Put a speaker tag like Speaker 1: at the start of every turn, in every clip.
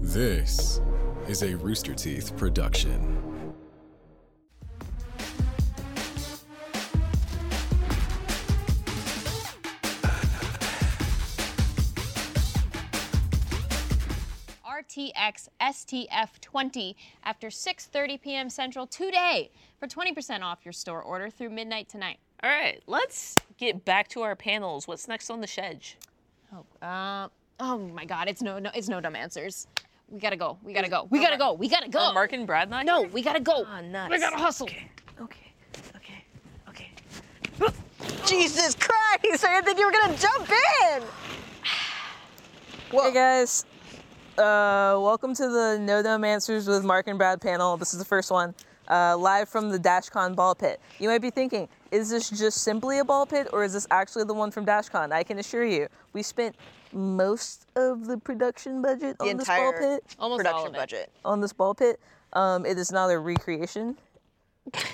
Speaker 1: This is a Rooster Teeth production.
Speaker 2: RTX STF20 after 6:30 p.m. Central today for 20% off your store order through midnight tonight.
Speaker 3: All right, let's get back to our panels. What's next on the shedge?
Speaker 2: Oh, uh, oh my God! It's no, no, it's no dumb answers. We gotta go. We gotta go. We gotta go. We gotta
Speaker 3: Oh,
Speaker 2: go.
Speaker 3: Mark and Brad not
Speaker 2: No,
Speaker 3: here?
Speaker 2: we gotta go.
Speaker 3: Ah, nuts.
Speaker 2: We gotta hustle.
Speaker 3: Okay, okay, okay.
Speaker 4: Jesus Christ! I didn't think you were gonna jump in. Hey guys, uh, welcome to the No Dumb Answers with Mark and Brad panel. This is the first one, uh, live from the DashCon ball pit. You might be thinking, is this just simply a ball pit, or is this actually the one from DashCon? I can assure you, we spent most of the production budget
Speaker 5: the
Speaker 4: on this ball
Speaker 5: entire
Speaker 4: pit.
Speaker 2: Almost all
Speaker 5: production
Speaker 2: of it.
Speaker 5: budget.
Speaker 4: On this ball pit, um, it is not a recreation.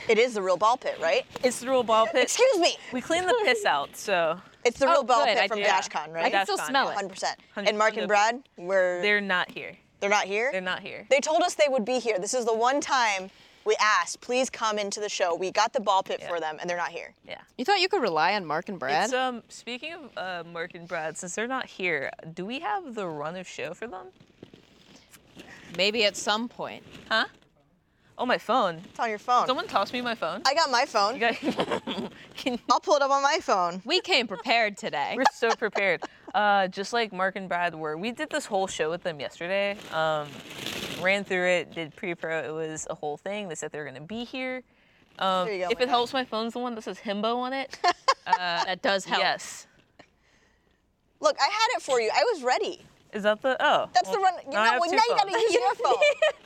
Speaker 5: It is the real ball pit, right?
Speaker 4: It's the real ball pit.
Speaker 5: Excuse me.
Speaker 4: We clean the piss out, so
Speaker 5: It's the real ball
Speaker 2: good,
Speaker 5: pit
Speaker 2: I
Speaker 5: from
Speaker 2: do.
Speaker 5: DashCon,
Speaker 2: I
Speaker 5: right?
Speaker 2: can still
Speaker 4: Dashcon,
Speaker 2: smell it.
Speaker 5: 100%.
Speaker 4: Hundred-
Speaker 5: And Mark and
Speaker 4: hundred-
Speaker 5: Brad were they're,
Speaker 4: they're not here.
Speaker 5: not here.
Speaker 4: They're not here.
Speaker 5: They told us they would be here. This is the one time we asked, please come into the show. We got the ball pit for them, and they're not here.
Speaker 4: Yeah.
Speaker 2: You thought you could rely on Mark and Brad?
Speaker 4: It's, um, speaking of uh, Mark and Brad, since they're not here, do we have the run of show for them?
Speaker 2: Maybe at some point.
Speaker 4: Oh, my phone.
Speaker 5: It's on your phone.
Speaker 4: Someone tossed me my phone.
Speaker 5: I got my phone.
Speaker 4: You guys- Can-
Speaker 5: I'll pull it up on my phone.
Speaker 2: We came prepared today.
Speaker 4: We're so prepared. Uh, just like Mark and Brad were. We did this whole show with them yesterday. Um, ran through it, did pre-pro. It was a whole thing. They said they were going to be here. Um,
Speaker 5: There you go,
Speaker 4: if
Speaker 5: Oh my
Speaker 4: it
Speaker 5: guy.
Speaker 4: helps, my phone's the one that says Himbo on it.
Speaker 2: that does help.
Speaker 4: yes.
Speaker 5: Look, I had it for you. I was ready.
Speaker 4: Is that the oh?
Speaker 5: That's the
Speaker 4: well,
Speaker 5: run. You
Speaker 4: now I
Speaker 5: know,
Speaker 4: have
Speaker 5: well,
Speaker 4: two
Speaker 5: now you gotta
Speaker 4: phones.
Speaker 5: use your phone.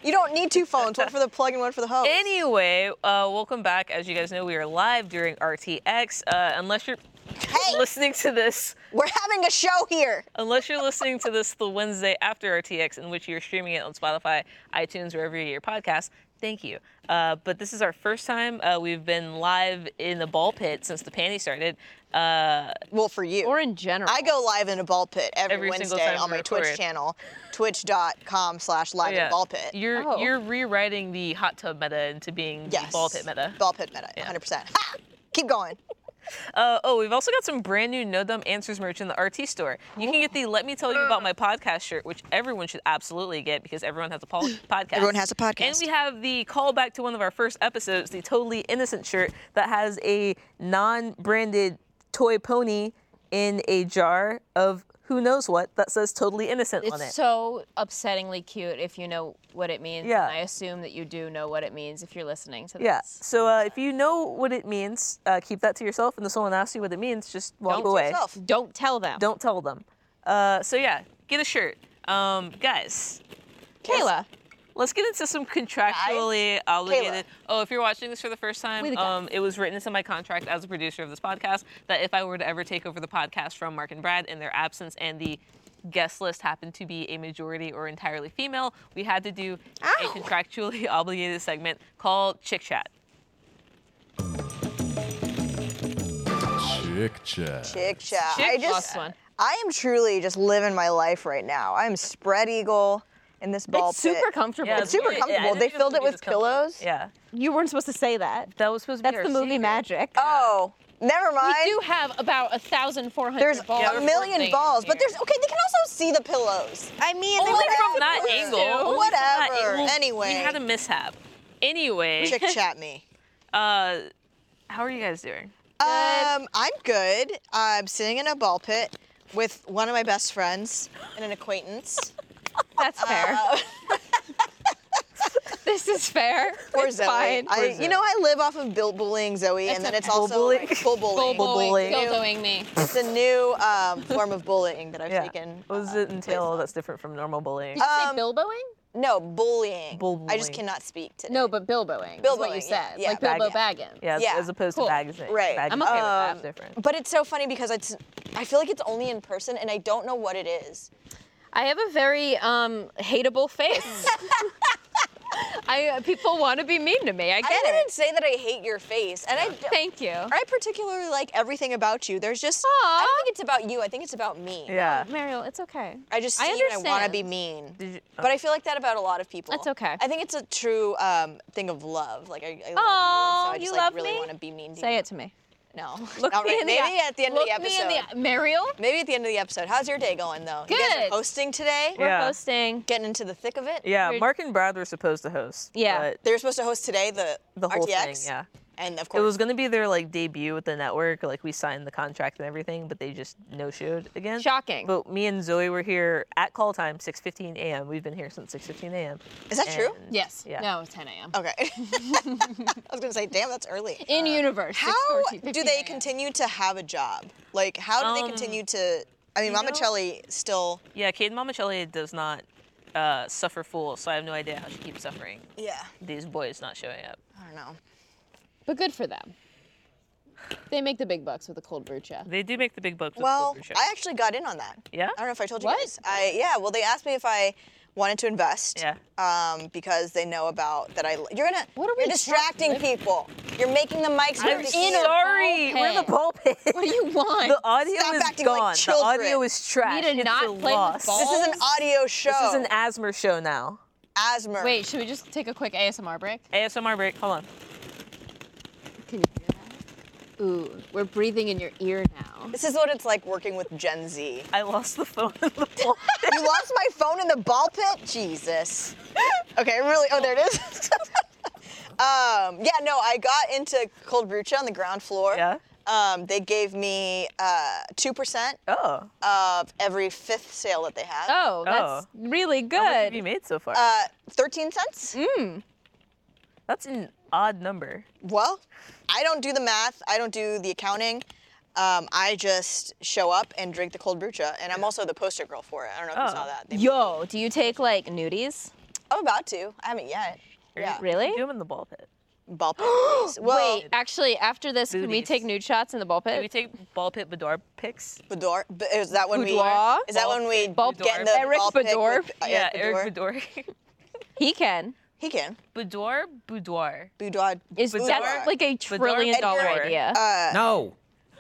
Speaker 5: You don't need two phones one for the plug and one for the hose.
Speaker 4: Anyway, uh, welcome back. As you guys know, we are live during RTX. Uh, unless you're
Speaker 5: Hey.
Speaker 4: listening to this,
Speaker 5: We're having a show here.
Speaker 4: unless you're listening to this the Wednesday after RTX, in which you're streaming it on Spotify, iTunes, wherever you get your podcast. Thank you. Uh, but this is our first time uh, we've been live in the ball pit since the panty started. Uh,
Speaker 5: Well, for you.
Speaker 2: Or in general.
Speaker 5: I go live in a ball pit every,
Speaker 4: Every single
Speaker 5: Wednesday
Speaker 4: time
Speaker 5: on
Speaker 4: we
Speaker 5: my Twitch
Speaker 4: record.
Speaker 5: channel, twitch.com slash live in ball pit.
Speaker 4: You're
Speaker 2: Oh.
Speaker 4: you're rewriting the hot tub meta into being the ball pit meta.
Speaker 5: Ball pit meta, 100%. Ha! Keep going.
Speaker 4: Uh, oh, we've also got some brand new No Dumb Answers merch in the RT store. You can get the Let Me Tell You About My Podcast shirt, which everyone should absolutely get because everyone has a pol- podcast.
Speaker 5: Everyone has a podcast.
Speaker 4: And we have the callback to one of our first episodes, the Totally Innocent shirt that has a non branded toy pony in a jar of who knows what that says Totally Innocent on it.
Speaker 2: It's so upsettingly cute if you know what it means.
Speaker 4: Yeah.
Speaker 2: And I assume that you do know what it means if you're listening to this.
Speaker 4: yeah. So uh, if you know what it means, uh, keep that to yourself. And if someone asks you what it means, just walk
Speaker 2: Don't
Speaker 4: away.
Speaker 5: yourself.
Speaker 2: Don't tell them.
Speaker 4: Don't tell them. Uh, so yeah, get a shirt. Um, guys,
Speaker 2: Kayla.
Speaker 4: let's get into some contractually obligated.
Speaker 5: Kayla.
Speaker 4: Oh, if you're watching this for the first time,
Speaker 2: We the guys.
Speaker 4: um, it was written into my contract as a producer of this podcast that if I were to ever take over the podcast from Mark and Brad in their absence and the guest list happened to be a majority or entirely female, we had to do a contractually obligated segment called Chick Chat.
Speaker 1: Chick chat.
Speaker 5: Chick chat. I
Speaker 2: Chick-
Speaker 5: just,
Speaker 2: Last one.
Speaker 5: I am truly just living my life right now. I am spread eagle in this ball
Speaker 2: It's
Speaker 5: pit.
Speaker 2: super comfortable.
Speaker 4: Yeah,
Speaker 5: It's super
Speaker 4: I- I
Speaker 5: comfortable.
Speaker 4: didn't
Speaker 5: They
Speaker 4: think
Speaker 5: filled
Speaker 4: was
Speaker 5: it
Speaker 4: gonna
Speaker 5: with
Speaker 4: be this comfortable.
Speaker 5: pillows?
Speaker 4: Yeah.
Speaker 2: You weren't supposed to say that.
Speaker 4: That was supposed to be
Speaker 2: That's
Speaker 4: our
Speaker 2: the movie
Speaker 4: secret.
Speaker 2: magic.
Speaker 5: Oh, never mind.
Speaker 2: We do have about a thousand four hundred
Speaker 5: there's
Speaker 2: balls.
Speaker 5: a million balls, but there's okay. They can also see the pillows.
Speaker 2: I mean,
Speaker 4: Only from that
Speaker 5: Whatever.
Speaker 4: angle. only from that
Speaker 5: Whatever.
Speaker 4: angle.
Speaker 5: Anyway.
Speaker 4: We had a mishap. Anyway,
Speaker 5: Chick chat me.
Speaker 4: uh, how are you guys doing?
Speaker 5: Um, I'm good. I'm sitting in a ball pit with one of my best friends and an acquaintance. Uh,
Speaker 2: that's fair. this is fair.
Speaker 5: Poor
Speaker 2: It's
Speaker 5: Zoe.
Speaker 2: fine.
Speaker 5: I- you know, I live off of bull bullying Zoe, and then it's also
Speaker 4: bullying.
Speaker 5: like, bull bullying.
Speaker 2: Bull
Speaker 4: bullying.
Speaker 2: dildoing me.
Speaker 5: It's a new um, form of bullying that I've taken. Uh,
Speaker 4: What does it entail that's different from normal bullying?
Speaker 2: Did
Speaker 5: Um,
Speaker 2: you say bilboing?
Speaker 5: No, bullying.
Speaker 4: Bull
Speaker 5: I just
Speaker 4: bullying.
Speaker 5: cannot speak today.
Speaker 2: No, but bilboing. Is what you
Speaker 5: Bilboing,
Speaker 2: said.
Speaker 5: yeah, yeah.
Speaker 2: like Bilbo
Speaker 5: Bag-
Speaker 2: Baggins.
Speaker 4: yeah, as-
Speaker 5: yeah,
Speaker 4: as opposed
Speaker 2: cool.
Speaker 4: to magazine.
Speaker 5: Right.
Speaker 4: Bag-
Speaker 2: I'm okay with
Speaker 4: that's
Speaker 5: Um,
Speaker 4: different.
Speaker 5: But it's so funny because it's I feel like it's only in person and I don't know what it is.
Speaker 2: I have a very um, hateable face. I people want to be mean to me. I
Speaker 5: I
Speaker 2: get
Speaker 5: wouldn't
Speaker 2: it.
Speaker 5: say that I hate your face, and I d-
Speaker 2: Thank you.
Speaker 5: I particularly like everything about you. There's just I
Speaker 2: Aw.
Speaker 5: don't think it's about you. I think it's about me.
Speaker 4: Yeah.
Speaker 2: Mariel, it's okay.
Speaker 5: I just see
Speaker 2: I
Speaker 5: you and I want to be
Speaker 2: understand. oh.
Speaker 5: mean.
Speaker 4: Did you- uh,
Speaker 5: But I feel like that about a lot of people.
Speaker 2: That's okay.
Speaker 5: I think it's a true um, thing of love. Like I, I love you, and
Speaker 2: Aw,
Speaker 5: so I just
Speaker 2: you
Speaker 5: like
Speaker 2: love
Speaker 5: really
Speaker 2: me?
Speaker 5: want to be mean to
Speaker 2: Say
Speaker 5: you.
Speaker 2: it to me.
Speaker 5: No.
Speaker 2: Look
Speaker 5: Not
Speaker 2: me
Speaker 5: right-
Speaker 2: in the
Speaker 5: Maybe
Speaker 2: eye.
Speaker 5: at the end
Speaker 2: Look
Speaker 5: of the
Speaker 2: me
Speaker 5: episode.
Speaker 2: in the eye. Mariel,
Speaker 5: Maybe at the end of the episode. How's your day going though? You guys are
Speaker 2: Good.
Speaker 5: hosting today.
Speaker 2: we're
Speaker 4: Yeah.
Speaker 2: hosting.
Speaker 5: Getting into the thick of it.
Speaker 4: Yeah,
Speaker 2: Weird.
Speaker 4: Mark and Brad were supposed to host.
Speaker 2: Yeah.
Speaker 4: but
Speaker 5: They were supposed to host today the
Speaker 4: the whole
Speaker 5: RTX.
Speaker 4: thing. Yeah.
Speaker 5: And of
Speaker 4: It
Speaker 5: course,
Speaker 4: was gonna be their like debut with the network. Like we signed the contract and everything, but they just no showed again.
Speaker 2: Shocking.
Speaker 4: But me and Zoe were here at call time, 6:15 a.m. We've been here since 6:15 a.m.
Speaker 5: is that true?
Speaker 4: and-
Speaker 2: Yes.
Speaker 4: Yeah.
Speaker 2: No, 10 a.m.
Speaker 5: Okay. I was gonna say, damn, that's early.
Speaker 2: In universe.
Speaker 5: How
Speaker 2: 6:14,
Speaker 5: do
Speaker 2: 15
Speaker 5: they
Speaker 2: a.m..
Speaker 5: continue to have a job? Like, how do they
Speaker 4: Um,
Speaker 5: continue to? I
Speaker 4: you
Speaker 5: mean,
Speaker 4: know-
Speaker 5: Mamacelli still.
Speaker 4: Yeah, Caden Momicelli does not uh, suffer fools, so I have no idea how she keeps suffering.
Speaker 5: Yeah.
Speaker 4: These boys not showing up.
Speaker 5: I don't know.
Speaker 2: But good for them. They make the big bucks with a cold brew chat.
Speaker 4: They do make the big bucks. with
Speaker 5: Well,
Speaker 4: Culture Shock.
Speaker 5: I actually got in on that.
Speaker 4: Yeah?
Speaker 5: I don't know if I told you
Speaker 2: What?
Speaker 5: guys. I yeah. Well, they asked me if I wanted to invest.
Speaker 4: Yeah.
Speaker 5: Um, because they know about that. I you're gonna.
Speaker 2: What are we
Speaker 5: you're distracting people. You're making the mics.
Speaker 4: I'm
Speaker 5: hard to
Speaker 2: in
Speaker 5: hear.
Speaker 2: or-
Speaker 4: sorry. We're in the bullpen.
Speaker 2: What do you want?
Speaker 4: The audio
Speaker 5: Stop
Speaker 4: is
Speaker 5: acting like
Speaker 4: gone. the
Speaker 5: children.
Speaker 4: audio is trash.
Speaker 2: to
Speaker 4: it's
Speaker 2: not
Speaker 4: a
Speaker 2: play with
Speaker 4: loss.
Speaker 2: balls?
Speaker 5: This is an audio show.
Speaker 4: This is an asthma show now.
Speaker 5: asthma.
Speaker 2: Wait, should we just take a quick ASMR break?
Speaker 4: ASMR break. Hold on.
Speaker 2: Can you hear that? Ooh, we're breathing in your ear now.
Speaker 5: This is what it's like working with Gen Z.
Speaker 4: I lost the phone in the ball.
Speaker 5: You lost my phone in the ball pit? Jesus. Okay, really? Oh, there it is. um, yeah, no, I got into cold brew on the ground floor.
Speaker 4: Yeah.
Speaker 5: Um, they gave me uh, 2%
Speaker 4: oh.
Speaker 5: of every fifth sale that they had.
Speaker 2: Oh, that's
Speaker 4: Oh.
Speaker 2: really
Speaker 4: How much have
Speaker 2: good.
Speaker 4: you made so far?
Speaker 5: Uh, 13 cents?
Speaker 2: Mm.
Speaker 4: That's an odd number.
Speaker 5: Well, I don't do the math, I don't do the accounting. Um, I just show up and drink the cold brucha, and I'm also the poster girl for it. I don't know if
Speaker 4: Oh.
Speaker 5: you saw that. They-
Speaker 2: Yo, do you take like nudies?
Speaker 5: I'm about to. I haven't yet. Yeah.
Speaker 2: Really?
Speaker 4: Do them in the ball pit.
Speaker 5: Ball pit. please. well,
Speaker 2: Wait, actually, after this, can we
Speaker 4: Booties.
Speaker 2: take nude shots in the ball pit?
Speaker 4: Do we take ball pit boudoir pics?
Speaker 5: Bador. b- Is that when
Speaker 2: Boudoir?
Speaker 5: we? Is that when we
Speaker 2: Ball-
Speaker 5: get in the
Speaker 2: Eric
Speaker 5: ball pick
Speaker 2: Bador?
Speaker 5: with- uh,
Speaker 4: yeah,
Speaker 5: Eric Bador.
Speaker 4: Eric Boudoir.
Speaker 2: he can.
Speaker 5: He can.
Speaker 4: boudoir, boudoir.
Speaker 5: Boudoir.
Speaker 2: Is
Speaker 5: Boudoir.
Speaker 2: that's like a trillion
Speaker 4: Bedore.
Speaker 2: dollar
Speaker 4: Bedore.
Speaker 2: idea?
Speaker 1: No.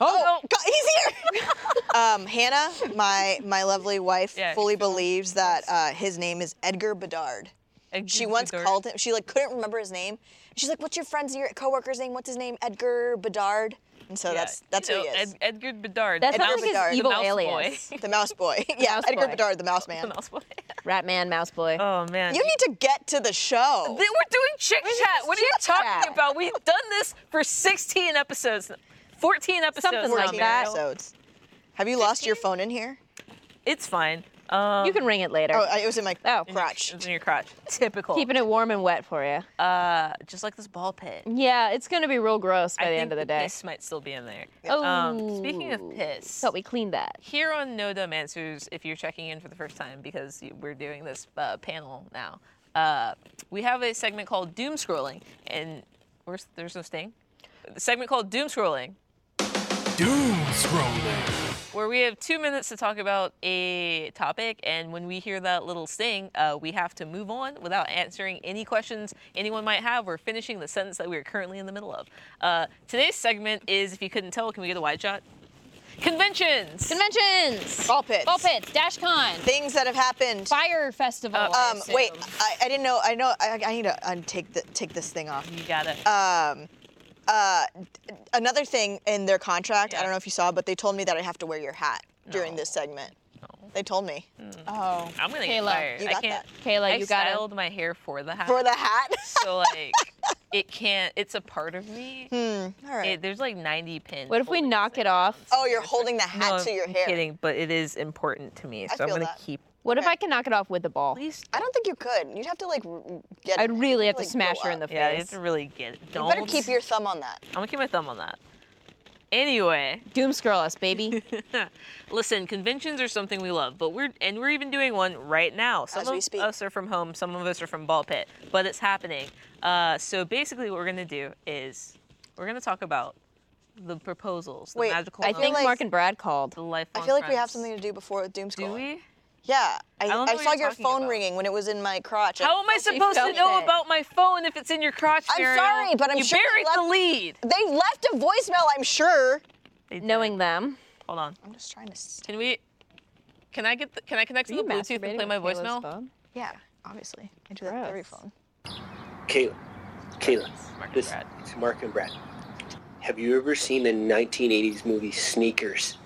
Speaker 5: Oh, God, he's here. um, Hannah, my my lovely wife,
Speaker 4: Yeah,
Speaker 5: fully
Speaker 4: she's the one-
Speaker 5: believes that uh, his name is Edgar Bedard.
Speaker 4: Edgar
Speaker 5: She once
Speaker 4: Bedard.
Speaker 5: called him. She like couldn't remember his name. She's like, "What's your friend's, your coworker's name? What's his name? Edgar Bedard." And so
Speaker 4: Yeah,
Speaker 5: that's that's
Speaker 4: you
Speaker 5: who
Speaker 4: know,
Speaker 5: he is.
Speaker 4: Ed- Edgar Bedard.
Speaker 2: that
Speaker 4: the
Speaker 2: sounds
Speaker 4: mouse-
Speaker 2: like his
Speaker 5: Bedore, the
Speaker 2: evil
Speaker 4: mouse boy.
Speaker 2: alias.
Speaker 5: the Mouse Boy. yeah,
Speaker 2: Mouse
Speaker 5: Edgar
Speaker 2: Boy.
Speaker 5: Bedard, the Mouse Man.
Speaker 4: the mouse boy.
Speaker 2: Ratman, mouse boy.
Speaker 4: Oh man.
Speaker 5: You need to get to the show.
Speaker 4: They- We're doing chick chat. What are you
Speaker 2: Chick
Speaker 4: talking
Speaker 2: Chat.
Speaker 4: about? We've done this for 16 episodes, 14 episodes.
Speaker 2: Something
Speaker 4: now,
Speaker 2: like
Speaker 5: 14
Speaker 2: that.
Speaker 4: Mariel.
Speaker 5: episodes. Have you lost your phone in here?
Speaker 4: It's fine. Um,
Speaker 2: you can ring it later.
Speaker 5: Oh, I- it was in my
Speaker 2: Oh.
Speaker 5: crotch.
Speaker 4: It's in your crotch. Typical.
Speaker 2: Keeping it warm and wet for you.
Speaker 4: Uh, just like this ball pit.
Speaker 2: yeah, it's gonna be real gross by
Speaker 4: I
Speaker 2: the
Speaker 4: think
Speaker 2: end of the day.
Speaker 4: piss might still be in there.
Speaker 2: Oh,
Speaker 4: Um, speaking of piss,
Speaker 2: but we cleaned that.
Speaker 4: here on No Dumb Answers, if you're checking in for the first time because you- we're doing this uh, panel now, uh, we have a segment called Doom Scrolling, and where's, there's no sting. The segment called Doom Scrolling,
Speaker 1: Doom scrolling.
Speaker 4: where we have two minutes to talk about a topic, and when we hear that little sting, uh, we have to move on without answering any questions anyone might have or finishing the sentence that we are currently in the middle of. Uh, today's segment is, if you couldn't tell, can we get a wide shot? Conventions.
Speaker 2: Conventions.
Speaker 5: Ball pits.
Speaker 2: Ball pits. Dash con.
Speaker 5: Things that have happened.
Speaker 2: Fire festival.
Speaker 4: Uh,
Speaker 2: I
Speaker 5: Um, wait,
Speaker 2: assume.
Speaker 5: I, I didn't know. I know. I, I need to untake the, take this thing off.
Speaker 4: you got it.
Speaker 5: Um, uh, d- another thing in their contract. I
Speaker 4: Yeah.
Speaker 5: don't know if you saw, but they told me that I have to wear your hat during this segment. They told me
Speaker 4: Mm.
Speaker 2: Oh.
Speaker 4: I'm gonna
Speaker 2: Kayla,
Speaker 4: get fired.
Speaker 5: you
Speaker 4: I
Speaker 5: got
Speaker 4: can't.
Speaker 5: that.
Speaker 2: Kayla,
Speaker 4: I
Speaker 2: you gotta-
Speaker 4: styled my hair for the hat.
Speaker 5: for the hat.
Speaker 4: so like, it can't. It's a part of me.
Speaker 5: All right.
Speaker 4: It- there's like 90 pins.
Speaker 2: What if we
Speaker 4: holding
Speaker 2: knock
Speaker 4: this
Speaker 2: it
Speaker 4: thing.
Speaker 2: off?
Speaker 5: oh, you're holding the
Speaker 4: No,
Speaker 5: hat to your
Speaker 4: I'm
Speaker 5: hair.
Speaker 4: kidding, but it is important to me, so I'm
Speaker 5: feel
Speaker 4: gonna
Speaker 5: that.
Speaker 4: keep.
Speaker 2: What if I can knock it off with the ball?
Speaker 4: Please.
Speaker 5: I don't think you could. You'd have to like r- get.
Speaker 2: I'd
Speaker 5: it.
Speaker 2: really
Speaker 5: You'd
Speaker 2: have to
Speaker 5: like,
Speaker 2: smash
Speaker 5: go
Speaker 2: her in the
Speaker 5: up.
Speaker 4: Yeah, you
Speaker 2: face.
Speaker 4: have to really get it.
Speaker 5: You
Speaker 4: Don't.
Speaker 5: better keep your thumb on that.
Speaker 4: I'm gonna keep my thumb on that. Anyway,
Speaker 2: Doom scroll us, baby.
Speaker 4: listen, conventions are something we love, but we're and we're even doing one right now. Some
Speaker 5: As we
Speaker 4: of
Speaker 5: speak.
Speaker 4: us are from home, some of us are from Ball Pit, but it's happening. Uh, so basically, what we're gonna do is we're gonna talk about the proposals, the
Speaker 5: Wait,
Speaker 4: magical
Speaker 2: I
Speaker 5: feel
Speaker 2: think
Speaker 5: like-
Speaker 2: Mark and Brad called.
Speaker 4: the lifelong
Speaker 5: I feel like we have
Speaker 4: friends.
Speaker 5: something to do before Doom Scrolling.
Speaker 4: Do we?
Speaker 5: Yeah, I,
Speaker 4: don't know
Speaker 5: I
Speaker 4: what
Speaker 5: saw
Speaker 4: you're
Speaker 5: your
Speaker 4: talking
Speaker 5: phone
Speaker 4: about.
Speaker 5: ringing when it was in my crotch. I-
Speaker 4: How am I supposed to
Speaker 5: felt
Speaker 4: know
Speaker 5: it.
Speaker 4: about my phone if it's in your crotch,
Speaker 5: I'm
Speaker 4: Ariel?
Speaker 5: sorry, but I'm
Speaker 4: you
Speaker 5: sure they
Speaker 4: buried the
Speaker 5: left-
Speaker 4: lead.
Speaker 5: They left a voicemail, I'm sure.
Speaker 4: They did.
Speaker 2: Knowing them.
Speaker 4: Hold on.
Speaker 5: I'm just trying to. s-
Speaker 4: Can we? Can I get? The, can I connect to the Bluetooth and play my voicemail?
Speaker 5: Yeah, obviously. I do that with every
Speaker 2: Gross.
Speaker 5: phone.
Speaker 6: Kayla, Kayla,
Speaker 4: Mark
Speaker 6: this
Speaker 4: Brad.
Speaker 6: it's Mark and Brad. Have you ever seen the 1980s movie Sneakers?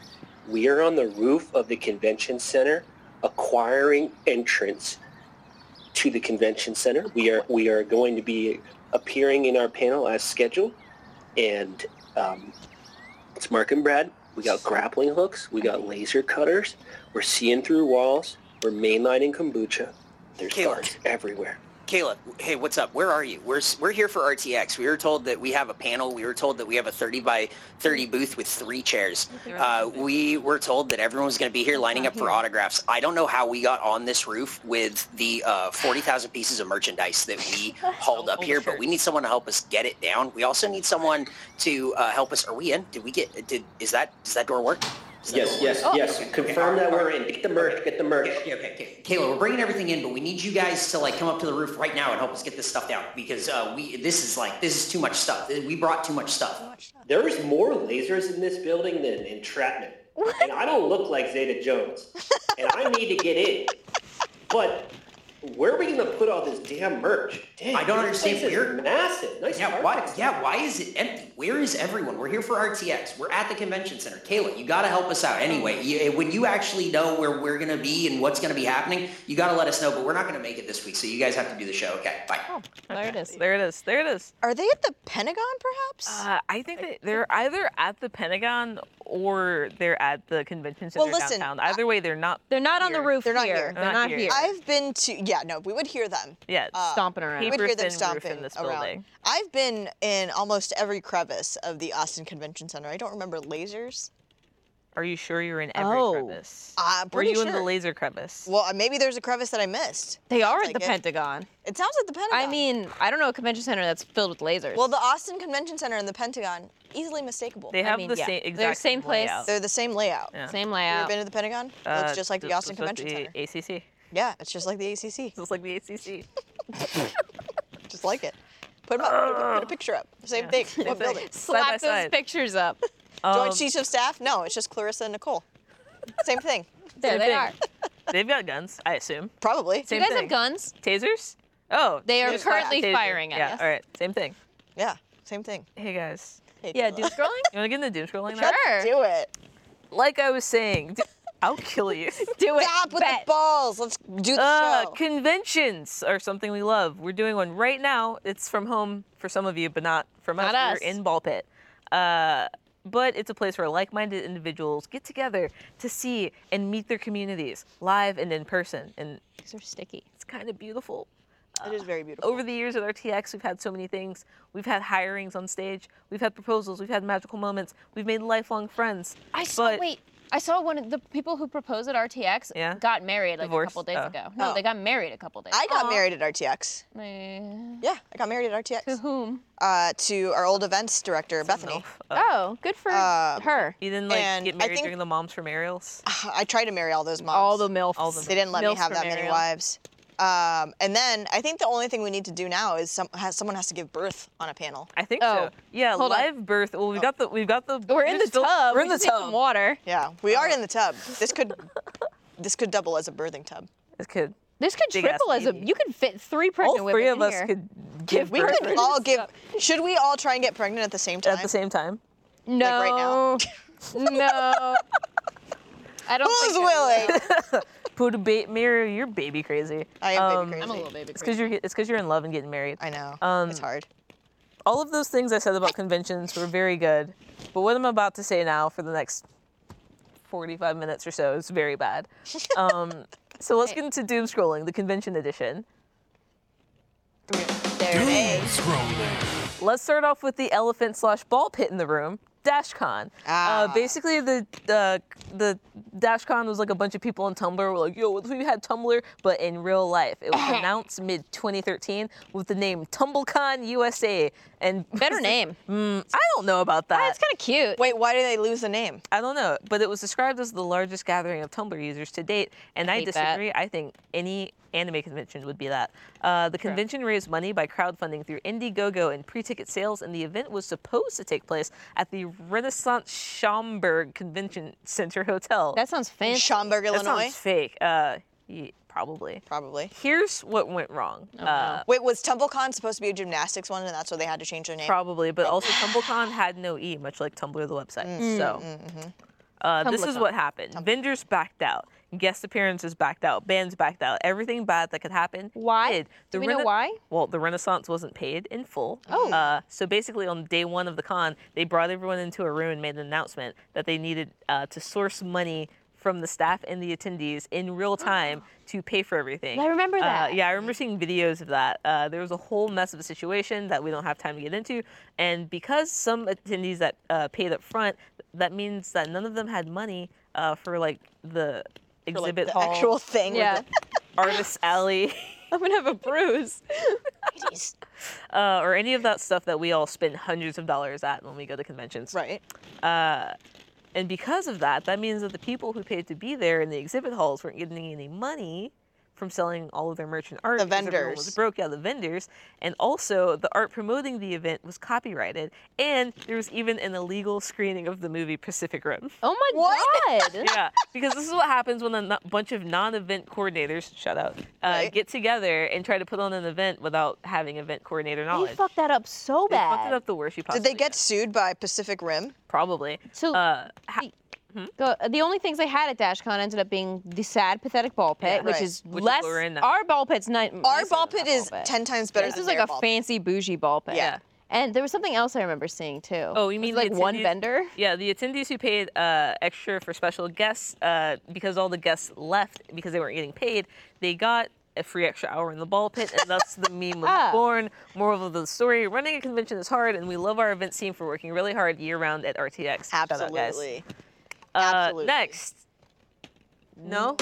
Speaker 6: We are on the roof of the convention center, acquiring entrance to the convention center. We are we are going to be appearing in our panel as scheduled, and um, it's Mark and Brad. We got grappling hooks. We got laser cutters. We're seeing through walls. We're mainlining kombucha. There's
Speaker 7: Kayla.
Speaker 6: guards everywhere.
Speaker 7: Kayla, hey, what's up? Where are you? We're we're here for RTX. We were told that we have a panel. We were told that we have a 30 by 30 booth with three chairs. Uh, we were told that everyone was going to be here lining up for autographs. I don't know how we got on this roof with the uh, 40,000 pieces of merchandise that we hauled up here, but we need someone to help us get it down. We also need someone to uh, help us. Are we in? Did we get? Did is that does that door work? Is that
Speaker 6: Yes,
Speaker 7: door
Speaker 6: yes, yes. Confirm that we're in. Get the merch. Get the merch.
Speaker 7: Okay, okay, okay. Kayla, we're bringing everything in, but we need you guys to like come up to the roof right now and help us get this stuff down because uh, we this is like this is too much stuff. Uh, We brought too much stuff.
Speaker 6: There is more lasers in this building than entrapment. And I don't look like Zeta Jones. and I need to get in. But where are we gonna put all this damn merch? Dang,
Speaker 7: I don't
Speaker 6: this place
Speaker 7: understand
Speaker 6: is
Speaker 7: where-
Speaker 6: massive. Nice
Speaker 7: Yeah, why?
Speaker 6: carpet.
Speaker 7: Yeah, why is it empty? Where is everyone? We're here for RTX. We're at the convention center. Kayla, you gotta help us out anyway. You, eh, when you actually know where we're gonna be and what's gonna be happening, you gotta let us know. But we're not gonna make it this week, so you guys have to do the show. Okay, bye.
Speaker 8: There it is.
Speaker 4: There it is. There it is.
Speaker 5: Are they at the Pentagon, perhaps?
Speaker 4: Uh, I think that they're either at the Pentagon or they're at the convention center
Speaker 5: Well, listen,
Speaker 4: downtown. Either way, they're not.
Speaker 2: They're not on the
Speaker 5: Here.
Speaker 2: roof
Speaker 5: They're not
Speaker 2: here.
Speaker 5: here.
Speaker 2: They're not here.
Speaker 5: I've been to. Yeah, no, we would hear them.
Speaker 4: Yeah,
Speaker 2: Stomping around.
Speaker 5: We
Speaker 4: He-
Speaker 5: would
Speaker 4: Paper
Speaker 5: hear them
Speaker 4: thin roof
Speaker 5: stomping
Speaker 4: in this
Speaker 5: around.
Speaker 4: building.
Speaker 5: I've been in almost every crevice of the Austin Convention Center. I don't remember lasers.
Speaker 4: Are you sure you're in every
Speaker 2: Oh.
Speaker 4: crevice?
Speaker 5: I'm
Speaker 4: Were
Speaker 5: pretty
Speaker 4: you in the
Speaker 5: sure.
Speaker 4: laser crevice?
Speaker 5: Well, uh, maybe there's a crevice that I missed.
Speaker 2: they are at
Speaker 5: like
Speaker 2: the
Speaker 5: it.
Speaker 2: Pentagon.
Speaker 5: It sounds like the Pentagon.
Speaker 2: I mean, I don't know a convention center that's filled with lasers.
Speaker 5: well, the Austin Convention Center and the Pentagon easily mistakable.
Speaker 4: they have
Speaker 2: mean,
Speaker 4: the
Speaker 2: yeah.
Speaker 4: same
Speaker 2: They're
Speaker 4: exact
Speaker 2: the same place.
Speaker 4: layout.
Speaker 5: They're the same layout.
Speaker 4: Yeah.
Speaker 2: same
Speaker 5: You ever
Speaker 2: layout.
Speaker 5: been to the Pentagon?
Speaker 4: Uh,
Speaker 5: it's just like the
Speaker 4: th-
Speaker 5: Austin
Speaker 4: just like
Speaker 5: Convention Center.
Speaker 4: the ACC.
Speaker 5: Yeah, it's just like the ACC.
Speaker 4: Just like the ACC.
Speaker 5: Just like it. Put 'em up. Put a picture up. Same
Speaker 4: Yeah.
Speaker 5: thing. What
Speaker 4: Same
Speaker 5: building?
Speaker 4: thing. Side by
Speaker 2: Slap those
Speaker 4: side.
Speaker 2: pictures up.
Speaker 5: Joint
Speaker 4: Um,
Speaker 5: Chiefs of Staff? No, it's just Clarissa and Nicole. Same thing.
Speaker 2: There
Speaker 4: Same
Speaker 2: they
Speaker 4: thing.
Speaker 2: are.
Speaker 4: They've got guns, I assume.
Speaker 5: Probably.
Speaker 2: Do
Speaker 4: Same
Speaker 2: you guys
Speaker 4: thing.
Speaker 2: have guns?
Speaker 4: Tasers? Oh,
Speaker 2: They are
Speaker 5: There's
Speaker 2: currently
Speaker 4: taser.
Speaker 2: firing at
Speaker 4: yeah,
Speaker 2: us.
Speaker 4: all right, same thing.
Speaker 5: Yeah, same thing.
Speaker 4: Hey guys,
Speaker 5: Hey,
Speaker 2: Yeah,
Speaker 5: Kayla.
Speaker 2: doom scrolling?
Speaker 4: you wanna get into doom scrolling? now?
Speaker 5: Let's
Speaker 2: Sure.
Speaker 5: do it.
Speaker 4: Like I was saying, d- I'll kill you.
Speaker 2: Do it.
Speaker 5: Stop with
Speaker 2: Bet.
Speaker 5: the balls. Let's do the
Speaker 4: Uh,
Speaker 5: show.
Speaker 4: conventions are something we love. We're doing one right now. It's from home for some of you, but not from
Speaker 2: Not
Speaker 4: us.
Speaker 2: us.
Speaker 4: We're in Ball Pit. Uh, but it's a place where like-minded individuals get together to see and meet their communities live and in person, and
Speaker 2: These are sticky.
Speaker 4: it's kind of beautiful.
Speaker 5: it is very beautiful.
Speaker 4: over the years at RTX, we've had so many things. We've had hirings on stage. We've had proposals. We've had magical moments. We've made lifelong friends.
Speaker 2: I saw.
Speaker 4: But
Speaker 2: wait, I saw one of the people who proposed at RTX
Speaker 4: Yeah?
Speaker 2: got married like
Speaker 4: Divorced?
Speaker 2: a couple days
Speaker 4: Oh.
Speaker 2: ago. No,
Speaker 5: Oh.
Speaker 2: they got married a couple days.
Speaker 5: I got married at RTX.
Speaker 2: Mm,
Speaker 5: Yeah, I got married at RTX.
Speaker 2: whom?
Speaker 5: Uh, to our old events director, Bethany.
Speaker 4: Uh,
Speaker 2: Oh, good for
Speaker 5: uh,
Speaker 2: her.
Speaker 4: You didn't like
Speaker 5: And
Speaker 4: get
Speaker 5: I
Speaker 4: married
Speaker 5: think-
Speaker 4: during the moms from Ariel's.
Speaker 5: I tried to marry all those moms.
Speaker 2: All the milfs.
Speaker 4: All the
Speaker 5: They didn't let
Speaker 2: Milfs
Speaker 5: me have
Speaker 2: for
Speaker 5: that many
Speaker 2: Ariel.
Speaker 5: wives. Um, and then I think the only thing we need to do now is some has, someone has to give birth on a panel.
Speaker 4: I think
Speaker 2: Oh,
Speaker 4: so. Yeah,
Speaker 2: hold on. Oh.
Speaker 4: live birth. Well, we've got the we've got the.
Speaker 2: We're in the
Speaker 4: there's still-
Speaker 2: tub.
Speaker 8: we're in
Speaker 2: We
Speaker 8: the
Speaker 2: just need some
Speaker 8: tub.
Speaker 2: Water.
Speaker 5: Yeah, we are in the tub. This could this could double as a birthing tub.
Speaker 4: This could.
Speaker 2: This could
Speaker 4: Big ass
Speaker 2: triple as a.
Speaker 4: baby.
Speaker 2: You could fit three
Speaker 4: All
Speaker 2: pregnant women
Speaker 4: three of
Speaker 2: in
Speaker 4: us
Speaker 2: here.
Speaker 4: could give
Speaker 5: We
Speaker 4: birth
Speaker 5: could all give. Should we all try and get pregnant at the same time?
Speaker 4: at the same time.
Speaker 2: No.
Speaker 5: right now.
Speaker 2: no. I don't.
Speaker 5: Who's
Speaker 2: think I
Speaker 5: willing?
Speaker 4: Put a ba- Mary, you're baby crazy. Um,
Speaker 5: I am baby crazy.
Speaker 2: I'm a little baby.
Speaker 4: It's because you're it's because you're in love and getting married.
Speaker 5: I know.
Speaker 4: Um,
Speaker 5: it's hard.
Speaker 4: all of those things I said about conventions were very good, but what I'm about to say now for the next 45 minutes or so is very bad. Um, so let's get into doom scrolling, the convention edition.
Speaker 2: There it is.
Speaker 1: Scrolling.
Speaker 4: Let's start off with the elephant slash ball pit in the room. DashCon.
Speaker 2: Ah.
Speaker 4: Uh, basically, the uh, the DashCon was like a bunch of people on Tumblr were like, "Yo, we had Tumblr, but in real life." It was announced mid 2013 with the name TumbleCon USA. And
Speaker 2: Better name.
Speaker 4: I don't know about that.
Speaker 2: Oh, That's kind of cute.
Speaker 5: Wait, why did they lose the name?
Speaker 4: I don't know, but it was described as the largest gathering of Tumblr users to date, and I,
Speaker 2: hate that.
Speaker 4: disagree. I think any anime convention would be that. Uh, the convention raised money by crowdfunding through Indiegogo and pre-ticket sales, and the event was supposed to take place at the Renaissance Schaumburg Convention Center Hotel.
Speaker 2: That sounds fancy.
Speaker 5: Schaumburg,
Speaker 4: That
Speaker 5: Illinois?
Speaker 4: sounds fake. Uh, ye- probably.
Speaker 5: Probably.
Speaker 4: Here's what went wrong. Uh,
Speaker 5: Wait, was TumbleCon supposed to be a gymnastics one and that's why they had to change their name?
Speaker 4: Probably, but also TumbleCon had no E, much like Tumblr the website.
Speaker 2: Mm,
Speaker 4: So
Speaker 2: mm-hmm.
Speaker 4: uh, this is what happened. Vendors backed out. Guest appearances backed out. Bands backed out. Everything bad that could happen.
Speaker 2: Why?
Speaker 4: Did.
Speaker 2: Do we know why?
Speaker 4: Well, the Renaissance wasn't paid in full. Oh. Uh, so basically, on day one of the con, they brought everyone into a room and made an announcement that they needed uh, to source money from the staff and the attendees in real time to pay for everything.
Speaker 2: I remember
Speaker 4: Uh,
Speaker 2: that.
Speaker 4: yeah, I remember seeing videos of that. Uh, there was a whole mess of a situation that we don't have time to get into, and because some attendees that uh, paid up front, that means that none of them had money uh, for like the
Speaker 5: Like,
Speaker 4: exhibit
Speaker 5: the
Speaker 4: hall,
Speaker 5: actual thing. with
Speaker 2: Yeah.
Speaker 5: the-
Speaker 4: artist alley.
Speaker 2: I'm gonna have a bruise.
Speaker 4: uh, or any of that stuff that we all spend hundreds of dollars at when we go to conventions.
Speaker 5: Right.
Speaker 4: And because of that, that means that the people who paid to be there in the exhibit halls weren't getting any money from selling all of their merchant art.
Speaker 5: The
Speaker 4: 'cause everyone
Speaker 5: vendors.
Speaker 4: was broke. Yeah, the vendors. And also, the art promoting the event was copyrighted. And there was even an illegal screening of the movie Pacific Rim.
Speaker 2: Oh my
Speaker 5: What?
Speaker 2: god.
Speaker 4: Yeah, because this is what happens when a n- bunch of non-event coordinators, shout out, uh,
Speaker 5: Right.
Speaker 4: get together and try to put on an event without having event coordinator
Speaker 2: You
Speaker 4: knowledge.
Speaker 2: fucked that up so
Speaker 4: They fucked
Speaker 2: bad.
Speaker 4: it up the worst you
Speaker 5: Did
Speaker 4: possibly
Speaker 5: they get
Speaker 4: can.
Speaker 5: sued by Pacific Rim?
Speaker 4: Probably.
Speaker 2: So-
Speaker 4: uh, ha-
Speaker 5: Hmm?
Speaker 2: The, the only things they had at DashCon ended up being the sad, pathetic ball pit, which
Speaker 5: Right.
Speaker 2: is
Speaker 4: Which is
Speaker 2: less.
Speaker 4: what we're in now.
Speaker 2: our ball pit's not.
Speaker 5: Our ball pit is 10 times better
Speaker 2: This
Speaker 5: than
Speaker 2: is like
Speaker 5: their
Speaker 2: a
Speaker 5: ball pit.
Speaker 2: fancy, bougie ball pit.
Speaker 5: Yeah.
Speaker 2: And there was something else I remember seeing too.
Speaker 4: Oh, you
Speaker 2: Was
Speaker 4: mean
Speaker 2: like
Speaker 4: the
Speaker 2: one
Speaker 4: attendees-
Speaker 2: vendor?
Speaker 4: Yeah, the attendees who paid uh, extra for special guests uh, because all the guests left because they weren't getting paid. They got a free extra hour in the ball pit, and thus the meme was
Speaker 2: Ah.
Speaker 4: born. Moral of the story: Running a convention is hard, and we love our event team for working really hard year-round at RTX. Shout out, guys.
Speaker 5: Absolutely.
Speaker 4: Uh,
Speaker 5: Absolutely.
Speaker 4: next. No.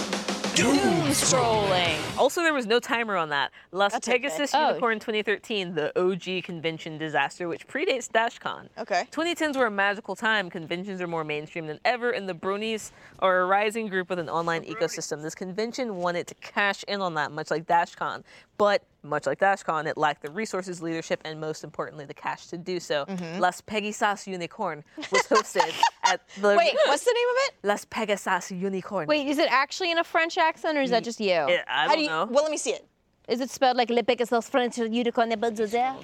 Speaker 2: Scrolling.
Speaker 4: Also, there was no timer on that. Las
Speaker 5: That's okay.
Speaker 4: Pegasus
Speaker 2: Oh.
Speaker 4: Unicorn 2013, the OG convention disaster, which predates DashCon.
Speaker 5: Okay.
Speaker 4: 2010s were a magical time. Conventions are more mainstream than ever, and the Bronies are a rising group with an online ecosystem. This convention wanted to cash in on that, much like DashCon. But much like DashCon, it lacked the resources, leadership, and most importantly, the cash to do so.
Speaker 5: Mm-hmm.
Speaker 4: Las Pegasus Unicorn was hosted at the
Speaker 5: Wait, what's the name of it?
Speaker 4: Las Pegasus Unicorn.
Speaker 2: Wait, is it actually in a French accent or is that
Speaker 5: Mm.
Speaker 2: just you?
Speaker 4: I I
Speaker 5: How
Speaker 4: don't
Speaker 5: do you,
Speaker 4: know.
Speaker 5: Well, let me see it.
Speaker 2: Is it spelled like Le Pegasus French Unicorn de Bonzazer?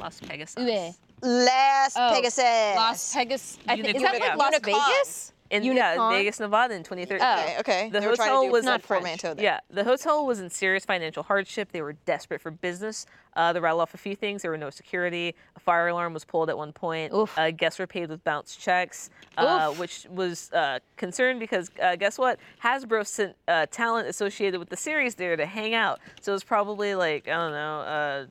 Speaker 4: Las Pegasus.
Speaker 2: Yeah.
Speaker 5: Las Pegasus.
Speaker 2: Oh, Las Vegas. I think, is that like
Speaker 4: Unicorn.
Speaker 2: Las
Speaker 5: Oh, Unicorn.
Speaker 2: Vegas?
Speaker 4: in yeah,
Speaker 2: Unicorn?
Speaker 4: Vegas, Nevada in 2013.
Speaker 5: Okay, okay.
Speaker 4: The
Speaker 5: they were trying
Speaker 4: hotel
Speaker 5: to do
Speaker 4: was
Speaker 2: not French.
Speaker 5: portmanteau there.
Speaker 4: Yeah, the hotel was in serious financial hardship. They were desperate for business. Uh, they rattled off a few things. There were no security. A fire alarm was pulled at one point.
Speaker 2: Oof.
Speaker 4: Uh, guests were paid with bounce checks, uh,
Speaker 2: Oof.
Speaker 4: which was uh, concerned because uh, guess what? Hasbro sent uh, talent associated with the series there to hang out. So it was probably like I don't know. Uh,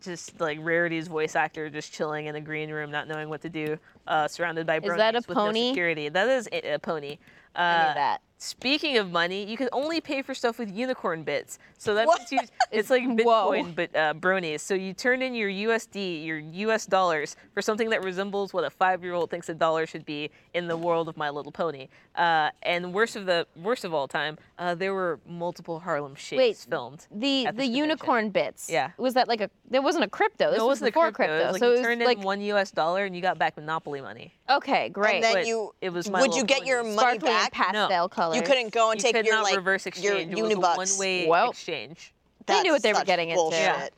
Speaker 4: just like Rarity's voice actor just chilling in a green room, not knowing what to do, uh, surrounded by bronies
Speaker 2: that a
Speaker 4: with no
Speaker 2: pony?
Speaker 4: security. That is a, a pony. Uh,
Speaker 2: I knew that.
Speaker 4: Speaking of money, you can only pay for stuff with unicorn bits. So that's
Speaker 5: What?
Speaker 4: it's, used, it's like Bitcoin, but uh, bronies. So you turn in your USD, your US dollars, for something that resembles what a five-year-old thinks a dollar should be in the world of My Little Pony. Uh, and worst of the worst of all time, uh, there were multiple Harlem Shakes
Speaker 2: Wait,
Speaker 4: filmed.
Speaker 2: The
Speaker 4: at
Speaker 2: the
Speaker 4: this convention.
Speaker 2: unicorn bits.
Speaker 4: Yeah.
Speaker 2: Was that like a? There wasn't a crypto. This
Speaker 4: No, it
Speaker 2: was
Speaker 4: wasn't a
Speaker 2: before crypto.
Speaker 4: crypto. It was like
Speaker 2: so
Speaker 4: you
Speaker 2: it was
Speaker 4: turned
Speaker 2: like
Speaker 4: in one US dollar and you got back Monopoly money.
Speaker 2: okay, great.
Speaker 5: And then
Speaker 4: But
Speaker 5: you
Speaker 4: it was My
Speaker 5: would
Speaker 4: Little
Speaker 5: you get
Speaker 4: Pony.
Speaker 5: your money
Speaker 2: Sparkly and
Speaker 5: back?
Speaker 2: pastel colors.
Speaker 5: You couldn't go and
Speaker 4: you
Speaker 5: take
Speaker 4: could
Speaker 5: your
Speaker 4: not
Speaker 5: like
Speaker 4: reverse exchange.
Speaker 5: your
Speaker 4: it was
Speaker 5: unibucks.
Speaker 4: a one-way
Speaker 2: Well,
Speaker 4: exchange.
Speaker 2: They knew
Speaker 5: That's
Speaker 2: what they were
Speaker 5: such
Speaker 2: getting into.
Speaker 5: bullshit.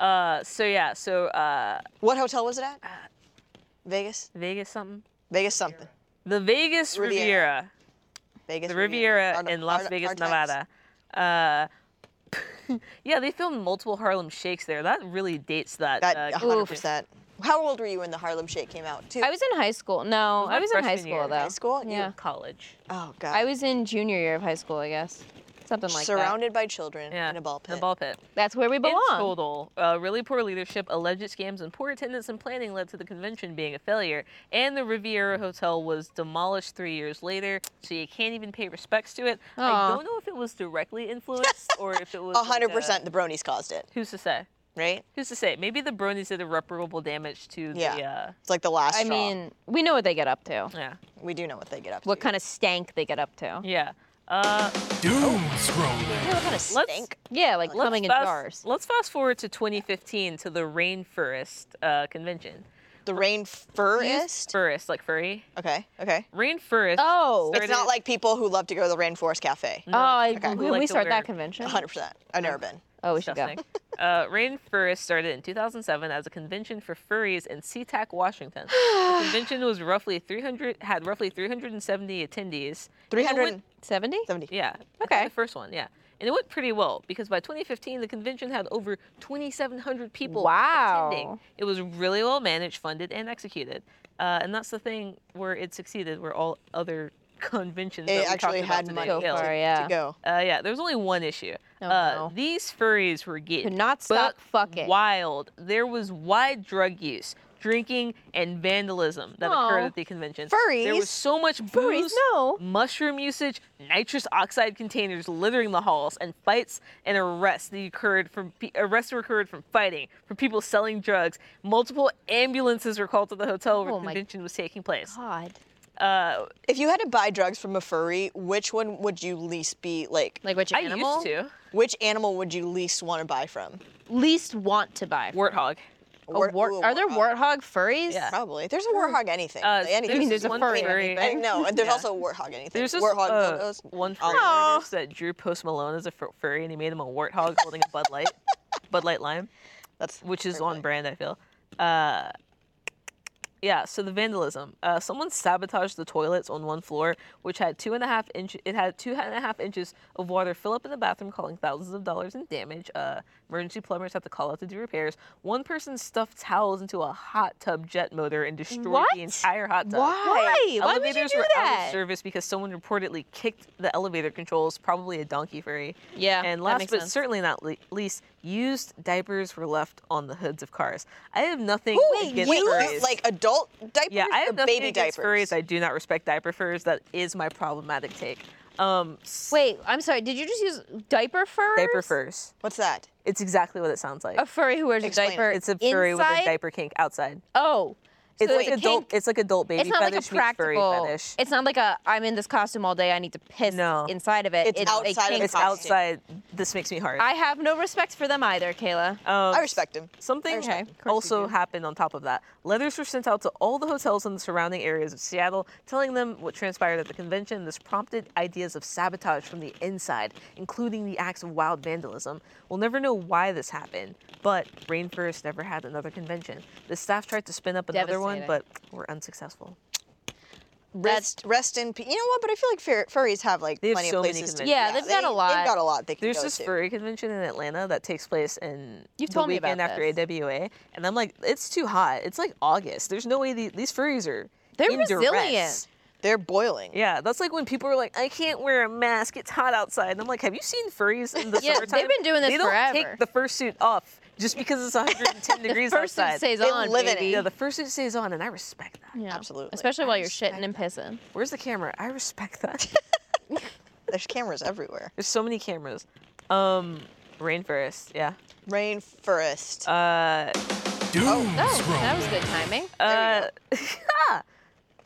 Speaker 4: Yeah. Uh, so yeah, so uh,
Speaker 5: What hotel was it at? Vegas.
Speaker 4: Vegas something.
Speaker 5: Vegas something.
Speaker 4: The Vegas
Speaker 5: Riviera.
Speaker 4: Riviera,
Speaker 5: Vegas.
Speaker 4: the Riviera
Speaker 5: Hard-
Speaker 4: in Las
Speaker 5: hard-
Speaker 4: Vegas,
Speaker 5: hard times.
Speaker 4: Nevada. Uh, yeah, they filmed multiple Harlem Shakes there. That really dates that.
Speaker 5: That
Speaker 4: uh,
Speaker 5: 100. percent How old were you when the Harlem Shake came out? Too.
Speaker 2: I was in high school. No, I
Speaker 4: my
Speaker 2: was in high
Speaker 4: freshman
Speaker 2: school
Speaker 4: year.
Speaker 2: though.
Speaker 5: high school. You-
Speaker 2: Yeah.
Speaker 4: college.
Speaker 5: oh God.
Speaker 2: I was in junior year of high school, I guess. It's Something like
Speaker 5: Surrounded by children
Speaker 4: Yeah,
Speaker 5: in a ball pit.
Speaker 4: In a ball pit.
Speaker 2: that. That's where we belong.
Speaker 4: In total, uh, really poor leadership, alleged scams, and poor attendance and planning led to the convention being a failure. And the Riviera Hotel was demolished three years later, so you can't even pay respects to it. I
Speaker 2: Aw.
Speaker 4: don't know if it was directly influenced or if it was.
Speaker 5: A
Speaker 4: like,
Speaker 5: hundred
Speaker 4: uh,
Speaker 5: percent, the bronies caused it,
Speaker 4: who's to say?
Speaker 5: right?
Speaker 4: Who's to say? Maybe the bronies did irreparable damage to the.
Speaker 5: Yeah.
Speaker 4: Uh,
Speaker 5: It's like the last.
Speaker 2: I
Speaker 5: straw.
Speaker 2: mean, we know what they get up to.
Speaker 4: yeah.
Speaker 5: we do know what they get up to.
Speaker 2: What kind of stank they get up to.
Speaker 4: Yeah. Uh,
Speaker 1: Doom
Speaker 2: Oh.
Speaker 1: scrolling.
Speaker 5: What kind of
Speaker 4: let's,
Speaker 5: stink?
Speaker 2: Yeah, like
Speaker 4: let's
Speaker 2: coming in
Speaker 4: fast,
Speaker 2: jars.
Speaker 4: Let's fast forward to 2015 to the Rainforest uh, Convention.
Speaker 5: The rainforest.
Speaker 4: Forest, like furry.
Speaker 5: Okay. Okay.
Speaker 4: Rainforest.
Speaker 2: Oh.
Speaker 4: started,
Speaker 5: It's not like people who love to go to the rainforest cafe.
Speaker 2: oh, I,
Speaker 5: okay.
Speaker 2: we,
Speaker 4: Like
Speaker 2: we
Speaker 4: the
Speaker 2: start
Speaker 4: weird-
Speaker 2: that convention.
Speaker 5: A hundred percent. I've never been.
Speaker 2: Oh, we should go.
Speaker 4: Disgusting. uh, Rainforest started in 2007 as a convention for furries in SeaTac, Washington. The convention was roughly 300 had roughly 370 attendees. and it
Speaker 5: Three
Speaker 4: went-
Speaker 5: hundred
Speaker 2: 70?
Speaker 4: Yeah.
Speaker 2: Okay.
Speaker 4: The first one, yeah. And it went pretty well because by 2015 the convention had over 2,700 people attending.
Speaker 2: Wow.
Speaker 4: It was really well managed, funded, and executed. Uh, and that's the thing where it succeeded, where all other conventions
Speaker 5: It
Speaker 4: that we
Speaker 5: actually
Speaker 4: talked about
Speaker 5: had
Speaker 4: today
Speaker 5: money
Speaker 2: So
Speaker 4: failed.
Speaker 2: far,
Speaker 5: to
Speaker 2: yeah.
Speaker 5: go.
Speaker 4: Uh, yeah, there was only one issue.
Speaker 2: Oh,
Speaker 4: uh,
Speaker 2: no.
Speaker 4: These furries were getting
Speaker 2: Could not stop
Speaker 4: buck
Speaker 2: fucking.
Speaker 4: wild. There was wide drug use, drinking, and vandalism that occurred
Speaker 2: No.
Speaker 4: at the convention. There was
Speaker 5: Furries?
Speaker 4: so much
Speaker 2: Furries,
Speaker 4: booze,
Speaker 2: no.
Speaker 4: mushroom usage, nitrous oxide containers littering the halls, and fights and arrests that occurred from pe- arrests were occurred from fighting, from people selling drugs. Multiple ambulances were called to the hotel where
Speaker 2: Oh,
Speaker 4: the
Speaker 2: my
Speaker 4: convention was taking place.
Speaker 2: God.
Speaker 4: Uh,
Speaker 5: If you had to buy drugs from a furry, which one would you least be like?
Speaker 2: Like which
Speaker 4: I
Speaker 2: animal?
Speaker 4: used to
Speaker 5: Which animal would you least want to buy from?
Speaker 2: Least want to buy.
Speaker 4: warthog.
Speaker 2: A
Speaker 5: wart-
Speaker 2: wart-
Speaker 5: ooh, a
Speaker 2: are there
Speaker 5: warthog.
Speaker 2: warthog furries?
Speaker 4: Yeah.
Speaker 5: Probably. There's a warthog anything.
Speaker 4: Uh,
Speaker 5: like anything.
Speaker 4: I mean, there's a
Speaker 5: One
Speaker 4: furry
Speaker 5: thing,
Speaker 4: furry.
Speaker 5: and No, and there's
Speaker 4: Yeah.
Speaker 5: also a warthog anything.
Speaker 4: There's this
Speaker 5: warthog
Speaker 4: uh,
Speaker 5: photos.
Speaker 4: one
Speaker 2: Oh.
Speaker 4: furry artist that drew Post Malone as a fur- furry, and he made him a warthog holding a Bud Light, Bud Light Lime,
Speaker 5: That's
Speaker 4: which is
Speaker 5: fair
Speaker 4: on
Speaker 5: play.
Speaker 4: brand. I feel. Uh, yeah. So the vandalism. Uh, someone sabotaged the toilets on one floor, which had two and a half inch. It had two and a half inches of water fill up in the bathroom, causing thousands of dollars in damage. Uh, emergency plumbers had to call out to do repairs. One person stuffed towels into a hot tub jet motor and destroyed
Speaker 2: What?
Speaker 4: the entire hot tub.
Speaker 2: Why? Why would you
Speaker 4: Elevators
Speaker 2: do
Speaker 4: were out
Speaker 2: that?
Speaker 4: of service because someone reportedly kicked the elevator controls, probably a donkey furry.
Speaker 2: Yeah,
Speaker 4: And
Speaker 2: that
Speaker 4: last
Speaker 2: makes
Speaker 4: but
Speaker 2: sense.
Speaker 4: certainly not le- least, used diapers were left on the hoods of cars. I have nothing against
Speaker 5: Wait,
Speaker 4: furries.
Speaker 5: like adult diapers
Speaker 4: yeah, I
Speaker 5: or
Speaker 4: have nothing
Speaker 5: baby
Speaker 4: against
Speaker 5: diapers?
Speaker 4: furries. I do not respect diaper furs. That is my problematic take. Um, s-
Speaker 2: Wait, I'm sorry. Did you just use diaper furs?
Speaker 4: diaper furs.
Speaker 5: What's that?
Speaker 4: It's exactly what it sounds like.
Speaker 2: A furry who wears
Speaker 5: Explain
Speaker 2: a diaper.
Speaker 5: it.
Speaker 4: It's a furry
Speaker 2: inside?
Speaker 4: with a diaper kink outside.
Speaker 2: Oh. So
Speaker 4: It's like
Speaker 2: a
Speaker 4: adult.
Speaker 2: kink.
Speaker 4: It's like adult baby
Speaker 2: It's not like
Speaker 4: fetish
Speaker 2: a
Speaker 4: meets furry
Speaker 2: practical.
Speaker 4: fetish.
Speaker 2: It's not like a I'm in this costume all day. I need to piss
Speaker 4: No.
Speaker 2: inside of it.
Speaker 5: It's
Speaker 2: a
Speaker 5: outside of the
Speaker 2: kink.
Speaker 4: It's
Speaker 5: costume.
Speaker 4: outside. This makes me hard.
Speaker 2: I have no respect for them either, Kayla.
Speaker 5: I respect him.
Speaker 4: Something
Speaker 5: Okay, of
Speaker 4: also happened on top of that. Letters were sent out to all the hotels in the surrounding areas of Seattle, telling them what transpired at the convention. This prompted ideas of sabotage from the inside, including the acts of wild vandalism. We'll never know why this happened, but Rainforest never had another convention. The staff tried to spin up another one, but
Speaker 2: Devastating.
Speaker 4: were unsuccessful.
Speaker 5: Rest, rest in peace. You know what? But I feel like fur- furries have like
Speaker 4: They have
Speaker 5: plenty
Speaker 4: so
Speaker 5: of
Speaker 4: many
Speaker 5: places to
Speaker 4: conventions.
Speaker 2: Yeah, they've got a lot.
Speaker 5: They've got a lot they can
Speaker 4: There's
Speaker 5: go
Speaker 4: this
Speaker 5: to.
Speaker 4: furry convention in Atlanta that takes place in
Speaker 2: You've
Speaker 4: the
Speaker 2: told me about
Speaker 4: weekend after
Speaker 2: this.
Speaker 4: AWA, and I'm like, it's too hot. It's like August. There's no way the, these furries are.
Speaker 2: They're
Speaker 4: in
Speaker 2: resilient.
Speaker 4: duress.
Speaker 5: They're boiling.
Speaker 4: Yeah, that's like when people are like, I can't wear a mask. It's hot outside. And I'm like, have you seen furries in the
Speaker 2: Yeah, they've
Speaker 4: summertime?
Speaker 2: been doing this
Speaker 4: They don't
Speaker 2: forever.
Speaker 4: take the fursuit off just because it's 110 degrees
Speaker 2: First
Speaker 4: outside.
Speaker 2: suit stays
Speaker 5: They
Speaker 2: on,
Speaker 5: live in it.
Speaker 2: baby.
Speaker 4: yeah, the fursuit stays on, and I respect that.
Speaker 2: Yeah.
Speaker 5: Absolutely.
Speaker 2: Especially
Speaker 4: I
Speaker 2: while you're
Speaker 4: respect
Speaker 2: shitting and pissing.
Speaker 4: Where's the camera? I respect that.
Speaker 5: There's cameras everywhere.
Speaker 4: There's so many cameras. Um, rainforest. Yeah.
Speaker 5: Rainforest.
Speaker 4: Uh,
Speaker 1: Doom
Speaker 2: Oh, that
Speaker 1: scrolling.
Speaker 2: was good timing.
Speaker 4: uh,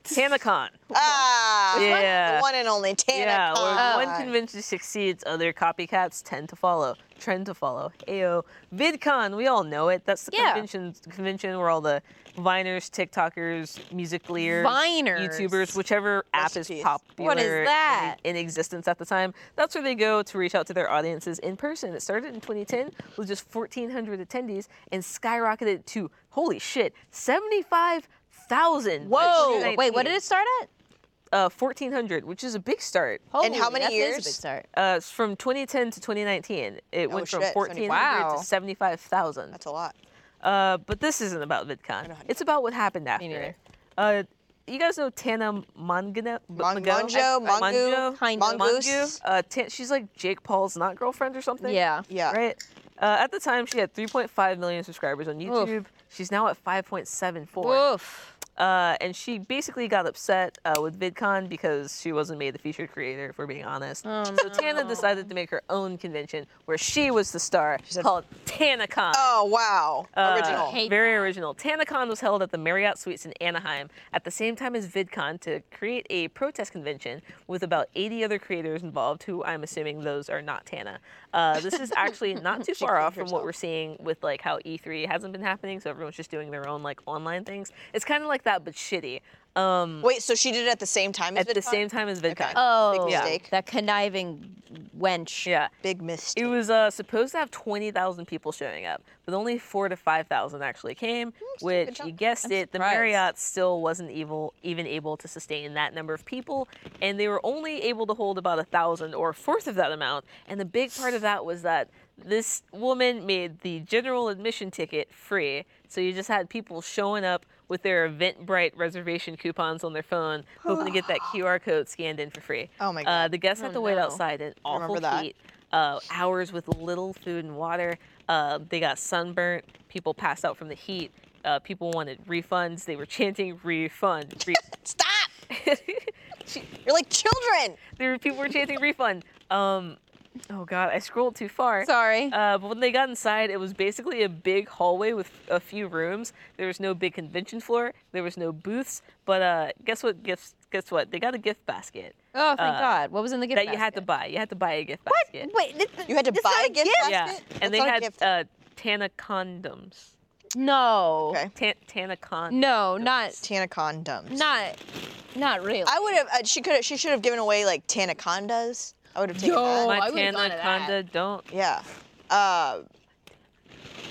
Speaker 4: TanaCon.
Speaker 5: ah,
Speaker 4: yeah.
Speaker 5: the one and only Tana.
Speaker 4: Yeah,
Speaker 5: Khan.
Speaker 4: where one convention succeeds, other copycats tend to follow. Trend to follow. Ayo. VidCon, we all know it. That's the
Speaker 2: Yeah.
Speaker 4: convention convention where all the Viners, TikTokers, musicleers,
Speaker 2: Viners.
Speaker 4: YouTubers, whichever
Speaker 5: Rest in
Speaker 4: app is
Speaker 5: peace.
Speaker 4: popular
Speaker 2: What is
Speaker 4: in-
Speaker 2: that?
Speaker 4: in existence at the time. That's where they go to reach out to their audiences in person. It started in 2010 with just 1,400 attendees and skyrocketed to holy shit, 75,000. by
Speaker 2: Whoa. Wait, what
Speaker 4: 2019.
Speaker 2: did it start at?
Speaker 4: Uh, 1,400, which is a big start.
Speaker 5: And how many
Speaker 2: that is a
Speaker 5: years?
Speaker 2: big start.
Speaker 4: Uh, it's from 2010 to 2019, it went from
Speaker 5: shit,
Speaker 4: 1400
Speaker 2: wow.
Speaker 4: to 75,000.
Speaker 5: That's a lot.
Speaker 4: Uh, but this isn't about VidCon. It's about what happened after.
Speaker 2: neither.
Speaker 4: it. Uh, you guys know Tana Mangano?
Speaker 5: Mon-
Speaker 4: Mango?
Speaker 5: Monjo,
Speaker 4: I- I-
Speaker 5: Mongu,
Speaker 2: Kind of.
Speaker 5: Mongoose.
Speaker 4: Mongu? Uh, Tan- she's like Jake Paul's not girlfriend or something.
Speaker 2: Yeah.
Speaker 5: Yeah.
Speaker 4: Right. Uh, at the time, she had 3.5 million subscribers on YouTube. She's now at 5.74.
Speaker 2: Oof.
Speaker 4: Uh, and she basically got upset uh, with VidCon because she wasn't made the featured creator, if we're being honest. so Tana decided to make her own convention where she was the star, called TanaCon.
Speaker 5: Oh wow.
Speaker 4: Uh,
Speaker 5: Original.
Speaker 2: Hate
Speaker 4: Very original. TanaCon was held at the Marriott Suites in Anaheim at the same time as VidCon to create a protest convention with about 80 other creators involved, who I'm assuming those are not Tana. Uh, this is actually not too far off from what we're seeing with like how E3 hasn't been happening, so everyone's just doing their own like online things. It's kind of like that, but shitty. Um,
Speaker 5: Wait, so she did it at the same time as
Speaker 4: at the
Speaker 5: VidCon?
Speaker 4: same time as VidCon.
Speaker 2: Oh,
Speaker 5: Big mistake.
Speaker 2: that conniving wench.
Speaker 4: Yeah.
Speaker 5: Big mistake.
Speaker 4: It was uh, supposed to have 20,000 people showing up, but only four to 5,000 actually
Speaker 5: Hmm,
Speaker 4: came, which you guessed it, the
Speaker 2: surprised.
Speaker 4: Marriott still wasn't evil, even able to sustain that number of people, and they were only able to hold about a thousand or a fourth of that amount. And the big part of that was that this woman made the general admission ticket free, so you just had people showing up with their Eventbrite reservation coupons on their phone, hoping to get that QR code scanned in for free.
Speaker 5: Oh my
Speaker 4: Uh,
Speaker 5: God.
Speaker 4: the guests had to wait
Speaker 2: no.
Speaker 4: outside in awful
Speaker 5: remember that.
Speaker 4: heat uh, hours with little food and water. Uh, they got sunburnt. People passed out from the heat. Uh, people wanted refunds. They were chanting refund. Re-
Speaker 5: Stop! You're like children.
Speaker 4: there were people were chanting refund. Um, oh God, I scrolled too far.
Speaker 2: Sorry.
Speaker 4: Uh, but when they got inside, it was basically a big hallway with a few rooms. There was no big convention floor. There was no booths. But uh, guess what? Gifts. Guess what? They got a gift basket
Speaker 2: oh, thank God. What was in the gift
Speaker 4: uh, that you had to
Speaker 2: basket?
Speaker 4: buy. You had to buy a gift basket.
Speaker 2: Wait, th- th-
Speaker 5: You had to
Speaker 2: that's
Speaker 5: buy
Speaker 2: not
Speaker 5: a gift
Speaker 2: gift.
Speaker 4: Yeah,
Speaker 5: basket. That's
Speaker 4: and they
Speaker 5: not a
Speaker 4: had
Speaker 5: gift.
Speaker 4: uh, Tana condoms.
Speaker 2: No.
Speaker 5: Okay.
Speaker 4: Tan- Tanacon.
Speaker 2: No, not
Speaker 5: Tanacondoms.
Speaker 2: not not really.
Speaker 5: I would have. Uh, she could. have She should have given away like Tanacondas. I would have taken
Speaker 2: No.
Speaker 5: that.
Speaker 2: I
Speaker 4: My
Speaker 2: would've gone to that.
Speaker 4: Tanaconda don't.
Speaker 5: Yeah. Uh,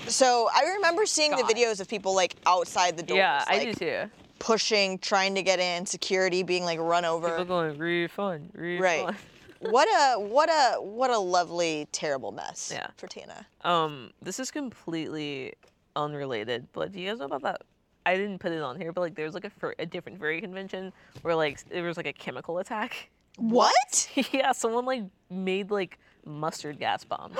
Speaker 5: so I remember seeing
Speaker 2: God.
Speaker 5: the videos of people like outside the doors,
Speaker 4: Yeah, I do
Speaker 5: like
Speaker 4: too.
Speaker 5: pushing, trying to get in, security being like run
Speaker 4: People
Speaker 5: over.
Speaker 4: going refund, refund.
Speaker 5: Right. what a what a what a lovely terrible mess.
Speaker 4: Yeah.
Speaker 5: For Tana.
Speaker 4: Um, this is completely unrelated, but do you guys know about that? I didn't put it on here, but like there was like a, fur- a different furry convention where like there was like a chemical attack.
Speaker 5: What?
Speaker 4: yeah, someone like made like mustard gas bombs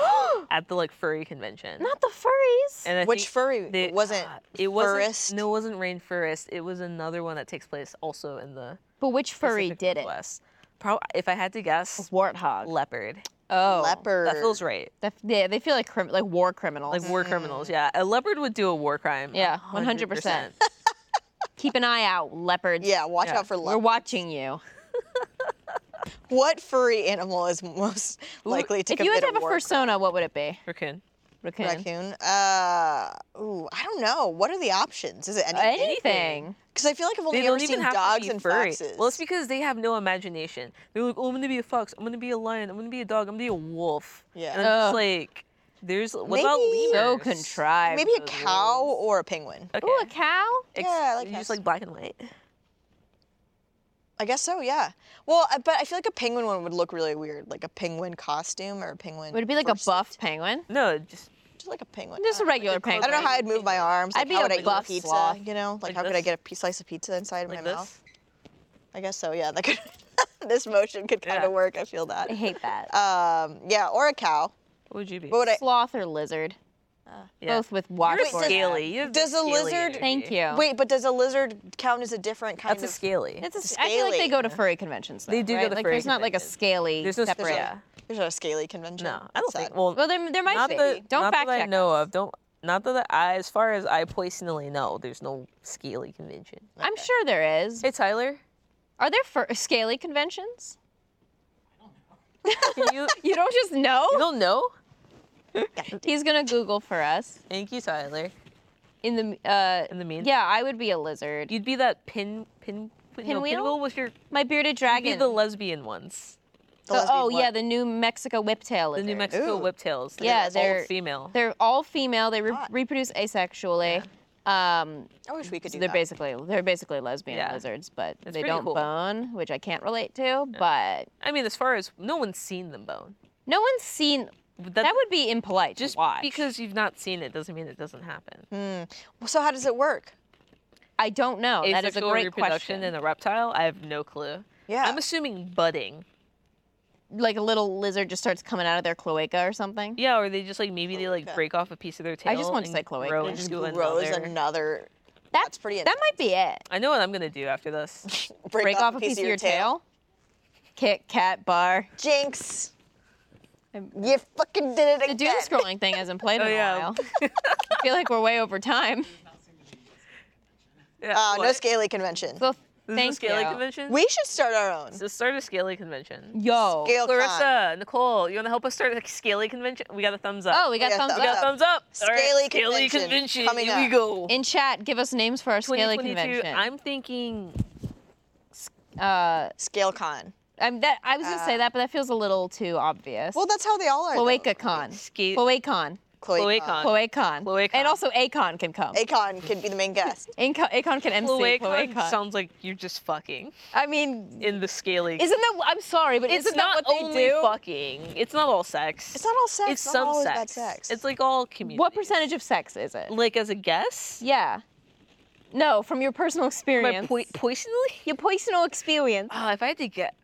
Speaker 4: at the like furry convention.
Speaker 2: not the furries.
Speaker 4: And I
Speaker 5: Which
Speaker 4: think uh,
Speaker 5: furry? It wasn't
Speaker 4: it wasn't
Speaker 5: Forest?
Speaker 4: no it wasn't rain forest it was another one that takes place also in the
Speaker 2: but which furry
Speaker 4: Pacific
Speaker 2: did it?
Speaker 4: Northwest. Pro- if I had to guess
Speaker 2: Warthog.
Speaker 4: leopard
Speaker 2: Oh.
Speaker 5: leopard.
Speaker 4: that feels right
Speaker 2: That, yeah, they feel like crim- like war criminals.
Speaker 4: like war
Speaker 5: Mm.
Speaker 4: criminals yeah a leopard would do a war crime a
Speaker 2: Yeah, 100%. Keep an eye out, leopards.
Speaker 5: Yeah. Watch
Speaker 4: Yeah.
Speaker 5: out for
Speaker 2: We're
Speaker 5: love.
Speaker 2: watching you.
Speaker 5: What furry animal is most likely to
Speaker 2: if you had
Speaker 5: commit
Speaker 2: to have
Speaker 5: a
Speaker 2: a
Speaker 5: war
Speaker 2: persona, what would it be?
Speaker 4: Raccoon.
Speaker 2: Raccoon.
Speaker 5: Raccoon. Uh, ooh, I don't know. What are the options? Is it any-
Speaker 2: Anything.
Speaker 5: Because I feel like I've only
Speaker 4: Uh, They
Speaker 5: ever
Speaker 4: don't
Speaker 5: seen
Speaker 4: even have
Speaker 5: dogs
Speaker 4: to be
Speaker 5: and
Speaker 4: furry.
Speaker 5: foxes.
Speaker 4: Well, it's because they have no imagination. They're like, oh, I'm gonna be a fox. I'm gonna be a lion. I'm gonna be a dog. I'm gonna be a wolf.
Speaker 5: Yeah.
Speaker 4: And I'm
Speaker 2: Ugh.
Speaker 4: just like, there's what about
Speaker 5: Maybe-
Speaker 4: lemurs?
Speaker 2: So contrived.
Speaker 5: Maybe a
Speaker 4: those
Speaker 5: cow
Speaker 4: wolves.
Speaker 5: or a penguin.
Speaker 4: Okay.
Speaker 2: Ooh, a cow?
Speaker 4: Ex-
Speaker 5: Yeah, I like
Speaker 4: you just
Speaker 5: cows.
Speaker 4: like black and white.
Speaker 5: I guess so. Yeah. Well, I, but I feel like a penguin one would look really weird, like a penguin costume or a penguin.
Speaker 2: Would it be like a
Speaker 5: fursuit.
Speaker 2: buff penguin?
Speaker 4: No, just
Speaker 5: Just like a penguin.
Speaker 2: Just a
Speaker 4: Uh,
Speaker 5: I don't know.
Speaker 2: regular penguin.
Speaker 5: I don't know how I'd move my arms. Like,
Speaker 2: I'd be
Speaker 5: how
Speaker 2: a
Speaker 5: would I eat
Speaker 2: buff
Speaker 5: a pizza?
Speaker 2: sloth.
Speaker 5: You know, like,
Speaker 4: Like
Speaker 5: how could I
Speaker 4: this?
Speaker 5: get a p- slice of pizza inside of
Speaker 4: like
Speaker 5: my
Speaker 4: this.
Speaker 5: mouth? I guess so. Yeah. That could. this motion could kind of
Speaker 4: Yeah.
Speaker 5: work. I feel that.
Speaker 2: I hate that.
Speaker 5: Um. Yeah. Or a cow.
Speaker 4: What would you be?
Speaker 5: What would I?
Speaker 2: Sloth or lizard?
Speaker 4: Yeah.
Speaker 2: Both with watch
Speaker 4: You're
Speaker 2: for
Speaker 4: scaly. You have the
Speaker 5: does a
Speaker 4: scaly
Speaker 5: lizard-
Speaker 4: energy.
Speaker 2: Thank you.
Speaker 5: Wait, but does a lizard count as a different kind
Speaker 4: That's
Speaker 5: of?
Speaker 4: a scaly.
Speaker 2: It's a,
Speaker 5: It's
Speaker 2: I feel like they
Speaker 5: scaly.
Speaker 2: go to furry conventions. Though,
Speaker 4: They do go
Speaker 2: right?
Speaker 4: to
Speaker 2: like,
Speaker 4: furry
Speaker 2: There's not like a
Speaker 4: conventions.
Speaker 2: scaly
Speaker 4: There's no
Speaker 2: separate.
Speaker 4: special-
Speaker 5: yeah. There's not a scaly convention.
Speaker 4: no, I don't
Speaker 5: That's
Speaker 4: think.
Speaker 5: sad.
Speaker 4: Well,
Speaker 2: Well, there, there might
Speaker 4: not
Speaker 2: be.
Speaker 4: that,
Speaker 2: Don't
Speaker 4: not
Speaker 2: fact
Speaker 4: that I
Speaker 2: check
Speaker 4: know
Speaker 2: us.
Speaker 4: of. Don't. Not that I, as far as I personally know, there's no scaly convention.
Speaker 2: I'm sure there is.
Speaker 4: Hey Tyler,
Speaker 2: Are there fur- scaly conventions?
Speaker 4: can you?
Speaker 2: You don't just know?
Speaker 4: you don't know?
Speaker 2: He's gonna Google for us.
Speaker 4: Thank you, Tyler.
Speaker 2: In the uh,
Speaker 4: In the mean,
Speaker 2: yeah, I would be a lizard.
Speaker 4: you'd be that pin pin no,
Speaker 2: Pinwheel?
Speaker 4: pinwheel was your.
Speaker 2: My bearded
Speaker 4: You'd be
Speaker 2: dragon.
Speaker 4: the lesbian ones.
Speaker 5: The
Speaker 2: The-
Speaker 5: lesbian
Speaker 2: oh yeah,
Speaker 5: one.
Speaker 2: the New Mexico whiptail
Speaker 4: The
Speaker 2: lizard.
Speaker 4: New Mexico
Speaker 5: Ooh.
Speaker 4: whiptails. They're
Speaker 2: Yeah,
Speaker 4: all
Speaker 2: they're-
Speaker 4: female.
Speaker 2: They're all female. They re-
Speaker 5: Hot.
Speaker 2: reproduce asexually. Um,
Speaker 5: I wish we could
Speaker 2: so
Speaker 5: do
Speaker 2: they're
Speaker 5: that.
Speaker 2: basically they're basically lesbian
Speaker 4: Yeah.
Speaker 2: lizards, but
Speaker 4: That's
Speaker 2: they
Speaker 4: pretty
Speaker 2: don't
Speaker 4: cool.
Speaker 2: bone, which I can't relate to. But
Speaker 4: I mean, as far as no one's seen them bone.
Speaker 2: no one's seen.
Speaker 4: But
Speaker 2: That, would be impolite.
Speaker 4: just
Speaker 2: to watch.
Speaker 4: because you've not seen it doesn't mean it doesn't happen.
Speaker 5: So how does it work?
Speaker 2: I don't know. that is a
Speaker 4: Asexual
Speaker 2: great
Speaker 4: reproduction
Speaker 2: question.
Speaker 4: in a reptile? I have no clue.
Speaker 5: Yeah.
Speaker 4: I'm assuming budding.
Speaker 2: like a little lizard just starts coming out of their cloaca or something.
Speaker 4: Yeah, or they just like maybe they like break off a piece of their tail.
Speaker 2: I just wanted to
Speaker 4: and
Speaker 2: say cloaca.
Speaker 4: grow
Speaker 2: It
Speaker 5: just
Speaker 4: into
Speaker 5: grows
Speaker 4: another-
Speaker 5: another. That's pretty.
Speaker 2: That might be it.
Speaker 4: I know what I'm gonna do after this.
Speaker 5: break,
Speaker 2: Break off a piece of your tail. Kit Kat bar.
Speaker 5: Jinx. You fucking did it
Speaker 2: The
Speaker 5: again.
Speaker 2: doom scrolling thing hasn't played in
Speaker 4: Oh, yeah.
Speaker 2: a while. I feel like we're way over time.
Speaker 4: Yeah,
Speaker 5: Uh, no
Speaker 4: what?
Speaker 5: scaly convention.
Speaker 2: Well,
Speaker 4: This is a
Speaker 2: thank
Speaker 4: scaly
Speaker 2: you.
Speaker 4: convention.
Speaker 5: We should start our own.
Speaker 4: So start a scaly convention.
Speaker 2: Yo.
Speaker 5: Scale con.
Speaker 4: Clarissa, Nicole, you wanna help us start a scaly convention? We got a thumbs up.
Speaker 2: Oh, we got
Speaker 5: Yeah,
Speaker 2: thumbs
Speaker 5: thumbs
Speaker 2: up.
Speaker 5: up.
Speaker 4: thumbs up. All right,
Speaker 5: Scaly
Speaker 4: scaly
Speaker 5: convention
Speaker 4: convention.
Speaker 5: coming
Speaker 4: Here we
Speaker 5: up.
Speaker 4: go.
Speaker 2: In chat, give us names for our scaly
Speaker 4: 2022,
Speaker 2: convention.
Speaker 4: I'm thinking
Speaker 2: uh,
Speaker 5: Scale con.
Speaker 2: I'm that I was gonna
Speaker 4: Uh,
Speaker 2: say that, but that feels a little too obvious.
Speaker 5: Well, that's how they all are. though.
Speaker 2: CloacaCon.
Speaker 4: Sca-
Speaker 2: CloacaCon.
Speaker 5: Chloe
Speaker 4: Chloe-con.
Speaker 2: CloacaCon.
Speaker 4: Cloacacon.
Speaker 2: And also Acon can come.
Speaker 5: Acon could be the main guest.
Speaker 2: Inco- Acon can MC
Speaker 4: Cloacon
Speaker 2: CloacaCon.
Speaker 4: sounds like you're just fucking
Speaker 2: I mean,
Speaker 4: in the scaly.
Speaker 2: isn't that I'm sorry, but
Speaker 4: it's
Speaker 2: isn't
Speaker 4: not
Speaker 2: that what they
Speaker 4: only
Speaker 2: do?
Speaker 4: fucking. It's not all sex.
Speaker 5: It's not all sex.
Speaker 4: It's
Speaker 5: not
Speaker 4: some
Speaker 5: always
Speaker 4: sex.
Speaker 5: bad sex.
Speaker 4: It's like all community.
Speaker 2: What percentage of sex is it?
Speaker 4: Like as a guess?
Speaker 2: Yeah. No, from your personal
Speaker 4: My
Speaker 2: experience.
Speaker 4: poi- poisonally?
Speaker 2: your personal experience.
Speaker 4: Oh, if I had to get.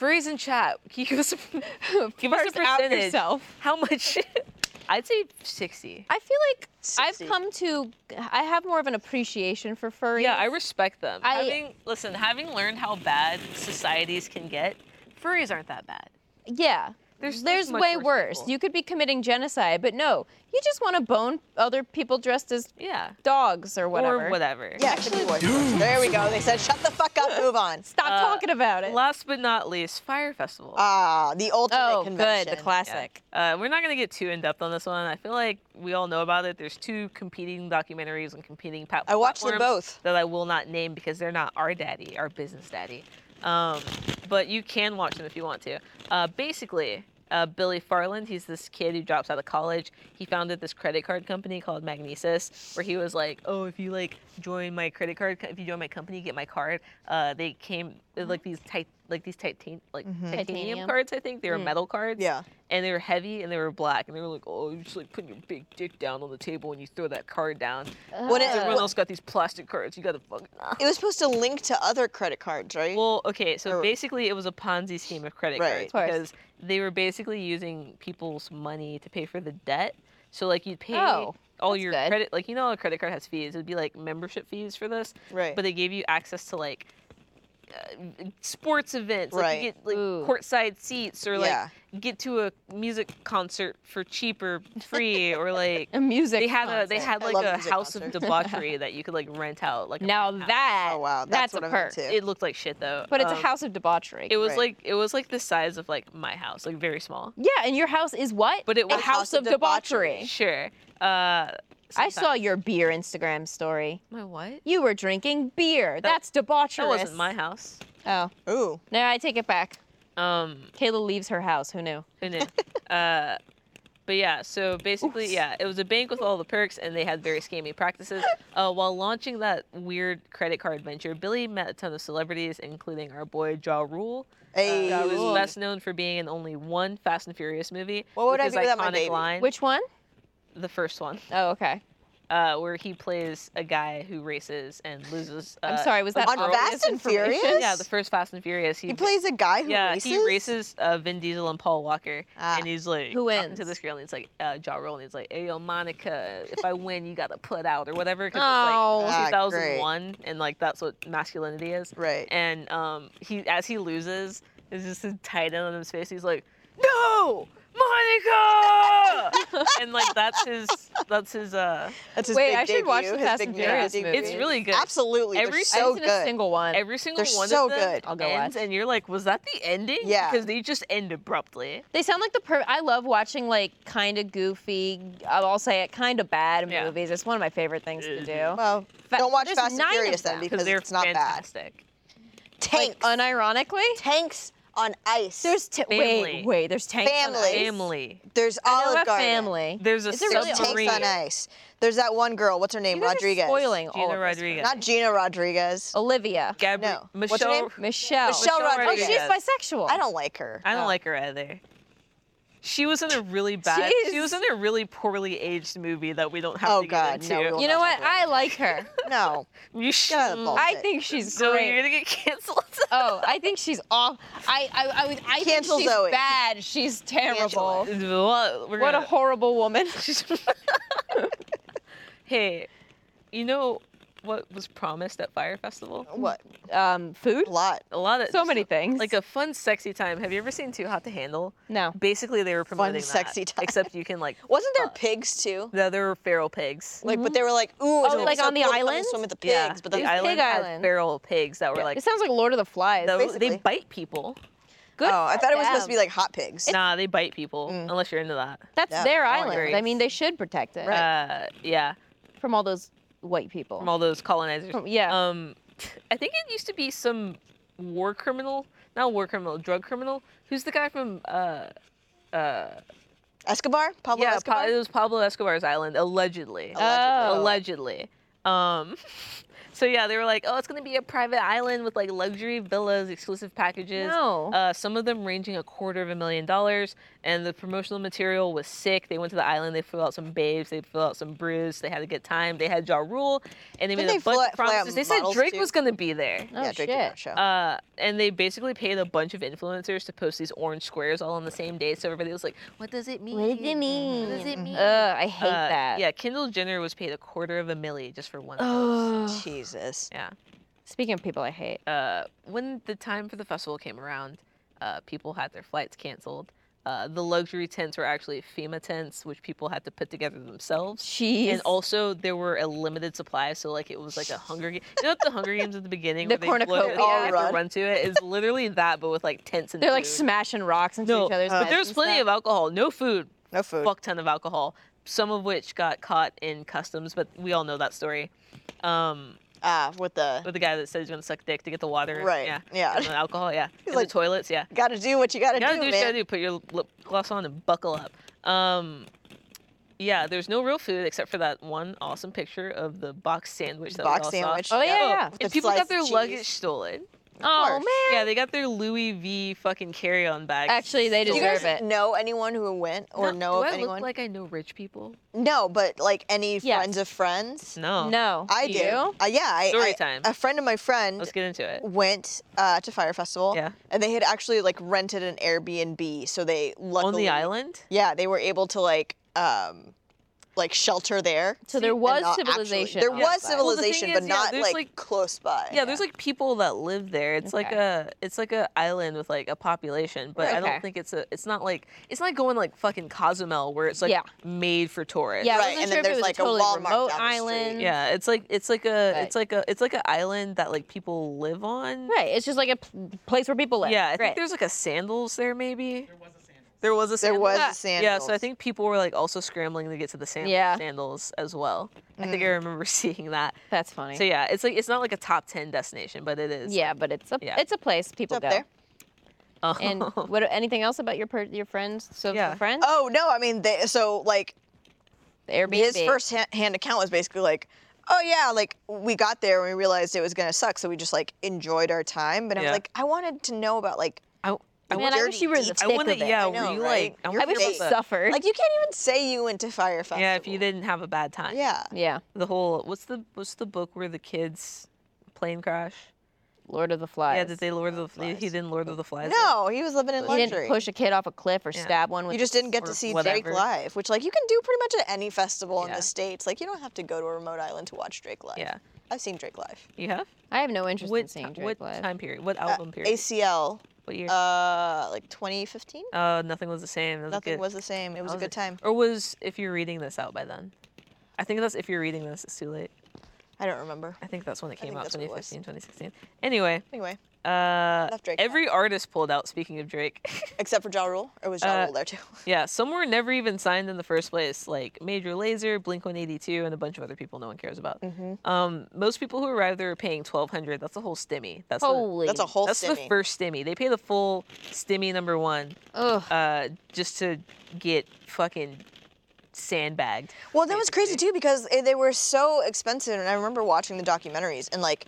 Speaker 4: Furries in chat, can you give us a, give us a
Speaker 2: First out
Speaker 4: percentage?
Speaker 2: yourself.
Speaker 4: How much? I'd say 60.
Speaker 2: I feel like
Speaker 5: Sexy.
Speaker 2: I've come to I have more of an appreciation for furries.
Speaker 4: Yeah, I respect them.
Speaker 2: I-
Speaker 4: having listen, having learned how bad societies can get, furries aren't that bad.
Speaker 2: Yeah.
Speaker 4: There's-
Speaker 2: There's,
Speaker 4: there's much
Speaker 2: way
Speaker 4: worse
Speaker 2: worse.
Speaker 4: people.
Speaker 2: You could be committing genocide, but no, you just want to bone other people dressed as
Speaker 4: Yeah.
Speaker 2: dogs or whatever.
Speaker 4: Or whatever.
Speaker 5: yeah, it could be worse. There we go. They said, shut the fuck up, move on.
Speaker 2: Stop
Speaker 4: Uh,
Speaker 2: talking about it.
Speaker 4: Last but not least, Fire Festival.
Speaker 5: Ah, the ultimate
Speaker 2: oh,
Speaker 5: convention.
Speaker 2: good, the classic.
Speaker 4: Uh, we're not going to get too in depth on this one. I feel like we all know about it. There's two competing documentaries and competing pat-
Speaker 5: I watched them
Speaker 4: platforms
Speaker 5: both.
Speaker 4: That I will not name because they're not our daddy, our business daddy. Um, but you can watch them if you want to. Uh, basically, uh, Billy Farland, he's this kid who drops out of college. He founded this credit card company called Magnesis, where he was like, "Oh, if you like join my credit card, co- if you join my company, get my card." Uh, they came they're like these tight, like these titan, like titanium,
Speaker 2: Titanium.
Speaker 4: cards. I think they were metal cards
Speaker 5: Mm-hmm. Mm. Yeah.
Speaker 4: and they were heavy and they were black and they were like, oh, you're just like putting your big dick down on the table when you throw that card down.
Speaker 5: When it,
Speaker 4: Everyone else got these plastic cards. You gotta fucking. ah.
Speaker 5: it was supposed to link to other credit cards, right?
Speaker 4: Well, okay, so
Speaker 5: Or-
Speaker 4: basically it was a Ponzi scheme of credit
Speaker 5: Oh. Right.
Speaker 4: cards
Speaker 5: Of
Speaker 2: course.
Speaker 4: because they were basically using people's money to pay for the debt. So like you'd pay
Speaker 2: Oh,
Speaker 4: all
Speaker 2: that's
Speaker 4: your
Speaker 2: good.
Speaker 4: credit, like you know, how a credit card has fees. It'd be like membership fees for this,
Speaker 5: Right.
Speaker 4: But they gave you access to like uh, sports events, like you
Speaker 5: Right.
Speaker 4: get like
Speaker 2: Ooh.
Speaker 4: courtside seats, or like
Speaker 5: Yeah.
Speaker 4: get to a music concert for cheap or free, or like
Speaker 2: A music.
Speaker 4: they had a they
Speaker 2: concert.
Speaker 4: had
Speaker 5: I
Speaker 4: like
Speaker 5: love
Speaker 4: a
Speaker 5: music
Speaker 4: house
Speaker 5: concerts.
Speaker 4: of debauchery that you could like rent out. Like a
Speaker 2: Now
Speaker 4: penthouse.
Speaker 2: that
Speaker 5: oh, wow.
Speaker 2: that's,
Speaker 5: That's, what
Speaker 2: a
Speaker 5: I'm
Speaker 2: perk.
Speaker 5: into.
Speaker 4: it looked like shit though.
Speaker 2: But it's a
Speaker 4: Um,
Speaker 2: house of debauchery.
Speaker 4: it was
Speaker 5: Right.
Speaker 4: like it was like the size of like my house, like very small.
Speaker 2: yeah, and your house is what?
Speaker 4: But it was-
Speaker 2: a house of debauchery.
Speaker 4: Sure. Uh,
Speaker 2: I
Speaker 4: sometimes-
Speaker 2: saw your beer Instagram story.
Speaker 4: my what?
Speaker 2: You were drinking beer. that's debauchery.
Speaker 4: That wasn't my house.
Speaker 2: Oh,
Speaker 5: Ooh.
Speaker 2: no, I take it back.
Speaker 4: Um,
Speaker 2: Kayla leaves her house. Who knew?
Speaker 4: who knew? uh, but yeah, so basically, yeah, it was a bank with all the perks, and they had very scammy practices. Uh, while launching that weird credit card venture, Billy met a ton of celebrities, including our boy Ja Rule.
Speaker 5: Hey.
Speaker 4: who is best known for being in only one Fast and Furious movie.
Speaker 5: What would
Speaker 4: with
Speaker 5: I
Speaker 4: his
Speaker 5: be without my
Speaker 4: iconic
Speaker 5: baby?
Speaker 4: line,
Speaker 2: Which one?
Speaker 4: the first one.
Speaker 2: Oh, okay.
Speaker 4: uh, where he plays a guy who races and loses. Uh,
Speaker 2: I'm sorry. Was that
Speaker 5: on
Speaker 2: obvious
Speaker 5: Fast and
Speaker 2: information?
Speaker 5: Furious?
Speaker 4: Yeah, the first Fast and Furious.
Speaker 5: He plays a guy who
Speaker 4: Yeah,
Speaker 5: races.
Speaker 4: he races uh, Vin Diesel and Paul Walker,
Speaker 5: Ah.
Speaker 4: and he's like
Speaker 2: Who
Speaker 4: talking to
Speaker 2: wins?
Speaker 4: this girl, and he's like uh, jaw roll, and he's like, "Hey, yo, Monica, if I win, you gotta put out or whatever." 'cause
Speaker 2: Oh.
Speaker 4: it's
Speaker 5: Ah,
Speaker 4: like
Speaker 5: great.
Speaker 4: 2001, and like that's what masculinity is.
Speaker 5: Right.
Speaker 4: And um, he as he loses, there's just a tight end on his face. He's like, "No, Monica," and like that's his that's his uh.
Speaker 5: That's his
Speaker 2: Wait,
Speaker 5: big
Speaker 2: I should
Speaker 5: debut,
Speaker 2: watch the
Speaker 5: his
Speaker 2: Fast
Speaker 5: big
Speaker 2: and Furious
Speaker 5: debut.
Speaker 2: movie.
Speaker 4: It's really good.
Speaker 5: Absolutely.
Speaker 4: Every
Speaker 5: They're
Speaker 2: I
Speaker 5: so
Speaker 2: haven't seen a
Speaker 5: good.
Speaker 2: single one.
Speaker 4: Every single
Speaker 5: They're
Speaker 4: one
Speaker 5: so
Speaker 4: of them
Speaker 5: good.
Speaker 2: I'll go
Speaker 4: ends,
Speaker 2: watch.
Speaker 4: and you're like, was that the ending?
Speaker 5: Yeah.
Speaker 4: Because they just end abruptly.
Speaker 2: They sound like the per. I love watching like kind of goofy. I'll I'll say it kind of bad
Speaker 4: Yeah. Mm-hmm.
Speaker 2: movies. It's one of my favorite things to do.
Speaker 5: Well,
Speaker 2: Fa-
Speaker 5: don't watch
Speaker 2: there's
Speaker 5: Fast and
Speaker 2: nine of
Speaker 5: Furious
Speaker 2: them.
Speaker 5: then because
Speaker 4: they're
Speaker 5: it's not
Speaker 4: fantastic.
Speaker 5: bad. Tanks.
Speaker 2: Like, unironically,
Speaker 5: tanks on ice.
Speaker 2: there's t-
Speaker 4: Family.
Speaker 2: wait, wait. There's tanks. on
Speaker 5: Family.
Speaker 2: ice?
Speaker 4: Family.
Speaker 5: There's
Speaker 2: I know
Speaker 5: Olive
Speaker 2: about
Speaker 5: Garden.
Speaker 2: family.
Speaker 4: There's a
Speaker 2: Is it really
Speaker 5: There's
Speaker 4: submarine.
Speaker 5: tanks on ice. There's that one girl. What's her name?
Speaker 2: You guys are
Speaker 5: Rodriguez.
Speaker 2: spoiling all
Speaker 4: Gina
Speaker 2: of this.
Speaker 4: Rodriguez.
Speaker 5: Not Gina Rodriguez.
Speaker 2: Olivia.
Speaker 4: Gabrielle.
Speaker 5: No. What's her
Speaker 4: Michelle.
Speaker 5: name?
Speaker 2: Michelle.
Speaker 4: Michelle
Speaker 5: Michelle
Speaker 2: Oh,
Speaker 5: Rodriguez.
Speaker 2: she's bisexual.
Speaker 5: I don't like her.
Speaker 4: I don't
Speaker 2: Oh.
Speaker 4: like her either. She was in a really bad. She
Speaker 2: Jeez.
Speaker 4: was in a really poorly aged movie that we don't have
Speaker 5: Oh,
Speaker 4: to
Speaker 5: God,
Speaker 4: get
Speaker 5: no, we
Speaker 4: into.
Speaker 5: won't.
Speaker 2: You know what? I like her.
Speaker 5: No.
Speaker 4: you should.
Speaker 5: out of the ball.
Speaker 2: I think she's
Speaker 4: So you're
Speaker 2: great.
Speaker 4: gonna get canceled.
Speaker 2: Oh, I think she's off. I I I, would- I think
Speaker 5: Cancel
Speaker 2: she's
Speaker 5: Zoe.
Speaker 2: bad. She's terrible.
Speaker 4: Well, we're
Speaker 2: What a
Speaker 4: gonna-
Speaker 2: horrible woman.
Speaker 4: hey, you know what was promised at Fire Festival?
Speaker 5: What?
Speaker 2: um, food.
Speaker 5: A lot.
Speaker 4: A lot of
Speaker 2: So
Speaker 4: just
Speaker 2: many things.
Speaker 4: Like a fun, sexy time. Have you ever seen Too Hot to Handle?
Speaker 2: No.
Speaker 4: Basically, they were promoting that,
Speaker 5: sexy time.
Speaker 4: Except you can like.
Speaker 5: Wasn't there
Speaker 4: fuck.
Speaker 5: pigs too?
Speaker 4: No, there were feral pigs.
Speaker 5: Like, but they were Mm-hmm. Oh, like, ooh, it's gonna be
Speaker 2: like
Speaker 5: so
Speaker 2: on the
Speaker 5: cool to come and
Speaker 2: island?
Speaker 5: Swim with the pigs,
Speaker 4: Yeah,
Speaker 5: but
Speaker 4: the
Speaker 5: then
Speaker 4: island
Speaker 2: Pig
Speaker 4: had
Speaker 2: Island.
Speaker 4: feral pigs that were like.
Speaker 2: it sounds like Lord of the Flies.
Speaker 4: tho- they
Speaker 5: basically.
Speaker 4: bite people.
Speaker 2: Good.
Speaker 5: oh, I
Speaker 2: for
Speaker 5: thought it was supposed to be
Speaker 2: them.
Speaker 5: like hot pigs.
Speaker 4: nah, they bite people unless you're into that.
Speaker 2: that's
Speaker 5: Yeah,
Speaker 2: their
Speaker 5: no
Speaker 2: island.
Speaker 4: worries.
Speaker 2: I mean, they should protect it
Speaker 4: Uh, yeah,
Speaker 2: from all those white people.
Speaker 4: from all those colonizers.
Speaker 2: From- yeah.
Speaker 4: Um, I think it used to be some war criminal, not war criminal, drug criminal. Who's the guy from? Uh,
Speaker 5: Escobar, Pablo
Speaker 4: yeah, Pa-
Speaker 5: Escobar.
Speaker 4: it was Pablo Escobar's island, allegedly.
Speaker 2: Oh.
Speaker 5: Allegedly.
Speaker 4: allegedly. Um, so yeah, they were like, oh, it's gonna be a private island with like luxury villas, exclusive packages.
Speaker 2: No.
Speaker 4: Uh, some of them ranging a quarter of a million dollars, and the promotional material was sick. They went to the island, they flew out some babes, they flew out some brews, they had a good time, they had Ja Rule, and they
Speaker 5: Didn't
Speaker 4: made
Speaker 5: they
Speaker 4: a bunch
Speaker 5: fly-
Speaker 4: of
Speaker 5: fly out
Speaker 4: promises. They said
Speaker 5: models,
Speaker 4: Drake
Speaker 5: too?
Speaker 4: was gonna be there.
Speaker 2: oh
Speaker 5: yeah, Drake
Speaker 2: shit.
Speaker 5: did that show.
Speaker 4: Uh, and they basically paid a bunch of influencers to post these orange squares all on the same day, so everybody was like, "What does it mean?
Speaker 2: What does it mean?
Speaker 4: Mm-hmm. What does it mean?"
Speaker 2: Ugh, I hate
Speaker 4: Uh,
Speaker 2: that.
Speaker 4: Yeah, Kendall Jenner was paid a quarter of a milli just for one. post.
Speaker 2: Ugh.
Speaker 5: Jesus.
Speaker 4: Yeah.
Speaker 2: Speaking of people I hate.
Speaker 4: Uh, when the time for the festival came around, uh, people had their flights canceled. Uh, the luxury tents were actually FEMA tents, which people had to put together themselves.
Speaker 2: Jeez.
Speaker 4: And also, there were a limited supply, so like it was like a Hunger Games. You know, what the Hunger Games at the beginning,
Speaker 2: The
Speaker 4: where they blow-
Speaker 2: cornucopia.
Speaker 4: they have to
Speaker 5: Run.
Speaker 4: run to it, is literally that, but with like tents and
Speaker 2: They're like
Speaker 4: food.
Speaker 2: smashing rocks into
Speaker 4: No,
Speaker 2: each other's
Speaker 4: but
Speaker 2: heads
Speaker 4: there's
Speaker 2: and
Speaker 4: plenty
Speaker 2: stuff.
Speaker 4: of alcohol, no food,
Speaker 5: No food.
Speaker 4: fuck ton of alcohol, some of which got caught in customs, but we all know that story. Um,
Speaker 5: Ah, with the.
Speaker 4: with the guy that said he's gonna suck dick to get the water.
Speaker 5: Right,
Speaker 4: Yeah.
Speaker 5: yeah.
Speaker 4: And the alcohol. Yeah. And
Speaker 5: like-
Speaker 4: the toilets. Yeah.
Speaker 5: Gotta do what you gotta,
Speaker 4: You gotta do, what
Speaker 5: do,
Speaker 4: you
Speaker 5: man.
Speaker 4: gotta do. Put your lip gloss on and buckle up. Um, yeah. There's no real food except for that one awesome picture of the box sandwich. That
Speaker 5: Box
Speaker 4: we all
Speaker 5: sandwich.
Speaker 4: Saw.
Speaker 2: Oh, yeah, yeah.
Speaker 5: With
Speaker 4: And
Speaker 5: the
Speaker 4: people got
Speaker 5: sliced
Speaker 4: their
Speaker 5: cheese.
Speaker 4: luggage stolen.
Speaker 2: Oh man.
Speaker 4: Yeah, they got their Louis V fucking carry-on bags.
Speaker 2: Actually, they
Speaker 5: Do you
Speaker 4: stolen.
Speaker 5: guys
Speaker 2: deserve it.
Speaker 5: know anyone who went or
Speaker 4: No,
Speaker 5: know
Speaker 4: do
Speaker 5: of
Speaker 4: I look
Speaker 5: anyone?
Speaker 4: like I know rich people?
Speaker 5: no, but like any
Speaker 2: Yes.
Speaker 5: friends of friends.
Speaker 4: No.
Speaker 2: No.
Speaker 5: I
Speaker 2: Do
Speaker 5: do.
Speaker 2: you?
Speaker 5: Uh, yeah. I,
Speaker 4: Story
Speaker 5: I-
Speaker 4: time.
Speaker 5: A friend of my friend
Speaker 4: Let's get into it.
Speaker 5: went uh, to Fire Festival.
Speaker 4: Yeah.
Speaker 5: And they had actually like rented an Airbnb, so they
Speaker 4: On
Speaker 5: luckily
Speaker 4: the island.
Speaker 5: Yeah, they were able to like um like shelter there.
Speaker 2: So there
Speaker 5: and
Speaker 2: was
Speaker 5: not actually-
Speaker 2: civilization
Speaker 5: There
Speaker 2: on
Speaker 5: was
Speaker 2: that side.
Speaker 4: Well, the
Speaker 5: civilization,
Speaker 4: thing
Speaker 5: but
Speaker 4: is, yeah,
Speaker 5: not
Speaker 4: there's,
Speaker 5: like,
Speaker 4: like-
Speaker 5: close by.
Speaker 4: Yeah, there's like people that live there. It's like
Speaker 2: Okay.
Speaker 4: a it's like a island with like a population, but I
Speaker 2: Okay.
Speaker 4: don't think it's a it's not like it's not going like fucking Cozumel where it's like
Speaker 2: Yeah.
Speaker 4: made for tourists.
Speaker 2: Yeah, I
Speaker 5: Right,
Speaker 2: wasn't
Speaker 5: and
Speaker 2: sure
Speaker 5: then
Speaker 2: if it
Speaker 5: there's,
Speaker 2: was
Speaker 5: like,
Speaker 2: a
Speaker 5: a
Speaker 2: totally
Speaker 5: Walmart
Speaker 2: remote
Speaker 5: down the street.
Speaker 2: island.
Speaker 4: Yeah, it's like it's like a
Speaker 2: Right.
Speaker 4: it's like a it's like an island that like people live on.
Speaker 2: Right. It's just like a pl- place where people live.
Speaker 4: Yeah, I think
Speaker 2: Right.
Speaker 4: there's like a sandals there maybe. There was a
Speaker 5: There
Speaker 4: sandals.
Speaker 5: was a
Speaker 4: Yeah, so I
Speaker 5: sandals.
Speaker 4: think people were like also scrambling to get to the sand-
Speaker 2: Yeah. Mm.
Speaker 4: sandals as well. I think I remember seeing that.
Speaker 2: That's funny.
Speaker 4: So yeah, it's like it's not like a top ten destination, but it is.
Speaker 2: yeah, but it's a
Speaker 4: Yeah.
Speaker 2: it's a place people
Speaker 5: up
Speaker 2: go.
Speaker 5: there.
Speaker 2: And
Speaker 4: Um,
Speaker 2: what anything else about your per- your friends? So for
Speaker 4: Yeah.
Speaker 2: friends,
Speaker 5: Oh no, I mean they so like
Speaker 2: the Airbnb.
Speaker 5: his first ha- hand account was basically like Oh yeah, like we got there and we realized it was gonna suck, so we just like enjoyed our time. But I was
Speaker 4: Yeah.
Speaker 5: like, I wanted to know about like
Speaker 4: I, I
Speaker 2: Man, I wish
Speaker 5: dirty
Speaker 2: you were in the
Speaker 5: deets.
Speaker 2: thick
Speaker 4: I wanna-
Speaker 2: of it.
Speaker 4: yeah,
Speaker 5: I know,
Speaker 4: were you
Speaker 5: right?
Speaker 4: like? I,
Speaker 5: You're
Speaker 2: I
Speaker 4: wonder
Speaker 2: wish
Speaker 4: what
Speaker 2: you
Speaker 5: fake.
Speaker 4: the-
Speaker 2: suffered.
Speaker 5: like you can't even say you went to Fire Festival.
Speaker 4: Yeah, if you didn't have a bad time.
Speaker 5: Yeah.
Speaker 2: yeah,
Speaker 4: The whole what's the what's the book where the kids plane crash?
Speaker 2: Lord of the Flies.
Speaker 4: Yeah, did they Lord of the He didn't Lord of the Flies. it?
Speaker 5: Oh, No, he was living in
Speaker 2: He
Speaker 5: luxury.
Speaker 2: didn't push a kid off a cliff or stab one with.
Speaker 5: you just didn't get to
Speaker 4: or
Speaker 5: see
Speaker 4: whatever.
Speaker 5: Drake live, which like you can do pretty much at any festival in
Speaker 4: Yeah.
Speaker 5: the states. Like you don't have to go to a remote island to watch Drake live.
Speaker 4: Yeah.
Speaker 5: I've seen Drake live.
Speaker 4: You have?
Speaker 2: I have no interest in
Speaker 4: What, ti-
Speaker 2: seeing Drake
Speaker 4: what
Speaker 2: live.
Speaker 4: time period? What
Speaker 5: Uh,
Speaker 4: album period?
Speaker 5: ACL,
Speaker 4: what year?
Speaker 5: uh, like 2015.
Speaker 4: oh, nothing was the same. That was
Speaker 5: Nothing
Speaker 4: good.
Speaker 5: was the same. It was,
Speaker 4: That
Speaker 5: a good time.
Speaker 4: Or was if you're reading this out by then? I think that's if you're reading this, it's too late.
Speaker 5: I don't remember.
Speaker 4: I think that's when it came
Speaker 5: think
Speaker 4: out,
Speaker 5: that's what it was.
Speaker 4: 2015, 2016. Anyway,
Speaker 5: Anyway,
Speaker 4: uh,
Speaker 5: Left Drake out.
Speaker 4: every artist pulled out. Speaking of Drake,
Speaker 5: except for Ja Rule, or was Ja
Speaker 4: Uh,
Speaker 5: Rule there too?
Speaker 4: Yeah, some were never even signed in the first place, like Major Laser, Blink 182, and a bunch of other people no one cares about.
Speaker 5: Mm-hmm.
Speaker 4: Um, most people who arrived there were paying 1200 That's a whole stimmy. That's the-
Speaker 2: Holy.
Speaker 5: That's a whole
Speaker 4: that's the
Speaker 5: Oh, stimmy.
Speaker 4: first stimmy. They pay the full stimmy number one
Speaker 2: Ugh.
Speaker 4: uh, just to get fucking sandbagged.
Speaker 5: Well, that was crazy too because eh, they were so expensive, and I remember watching the documentaries and like.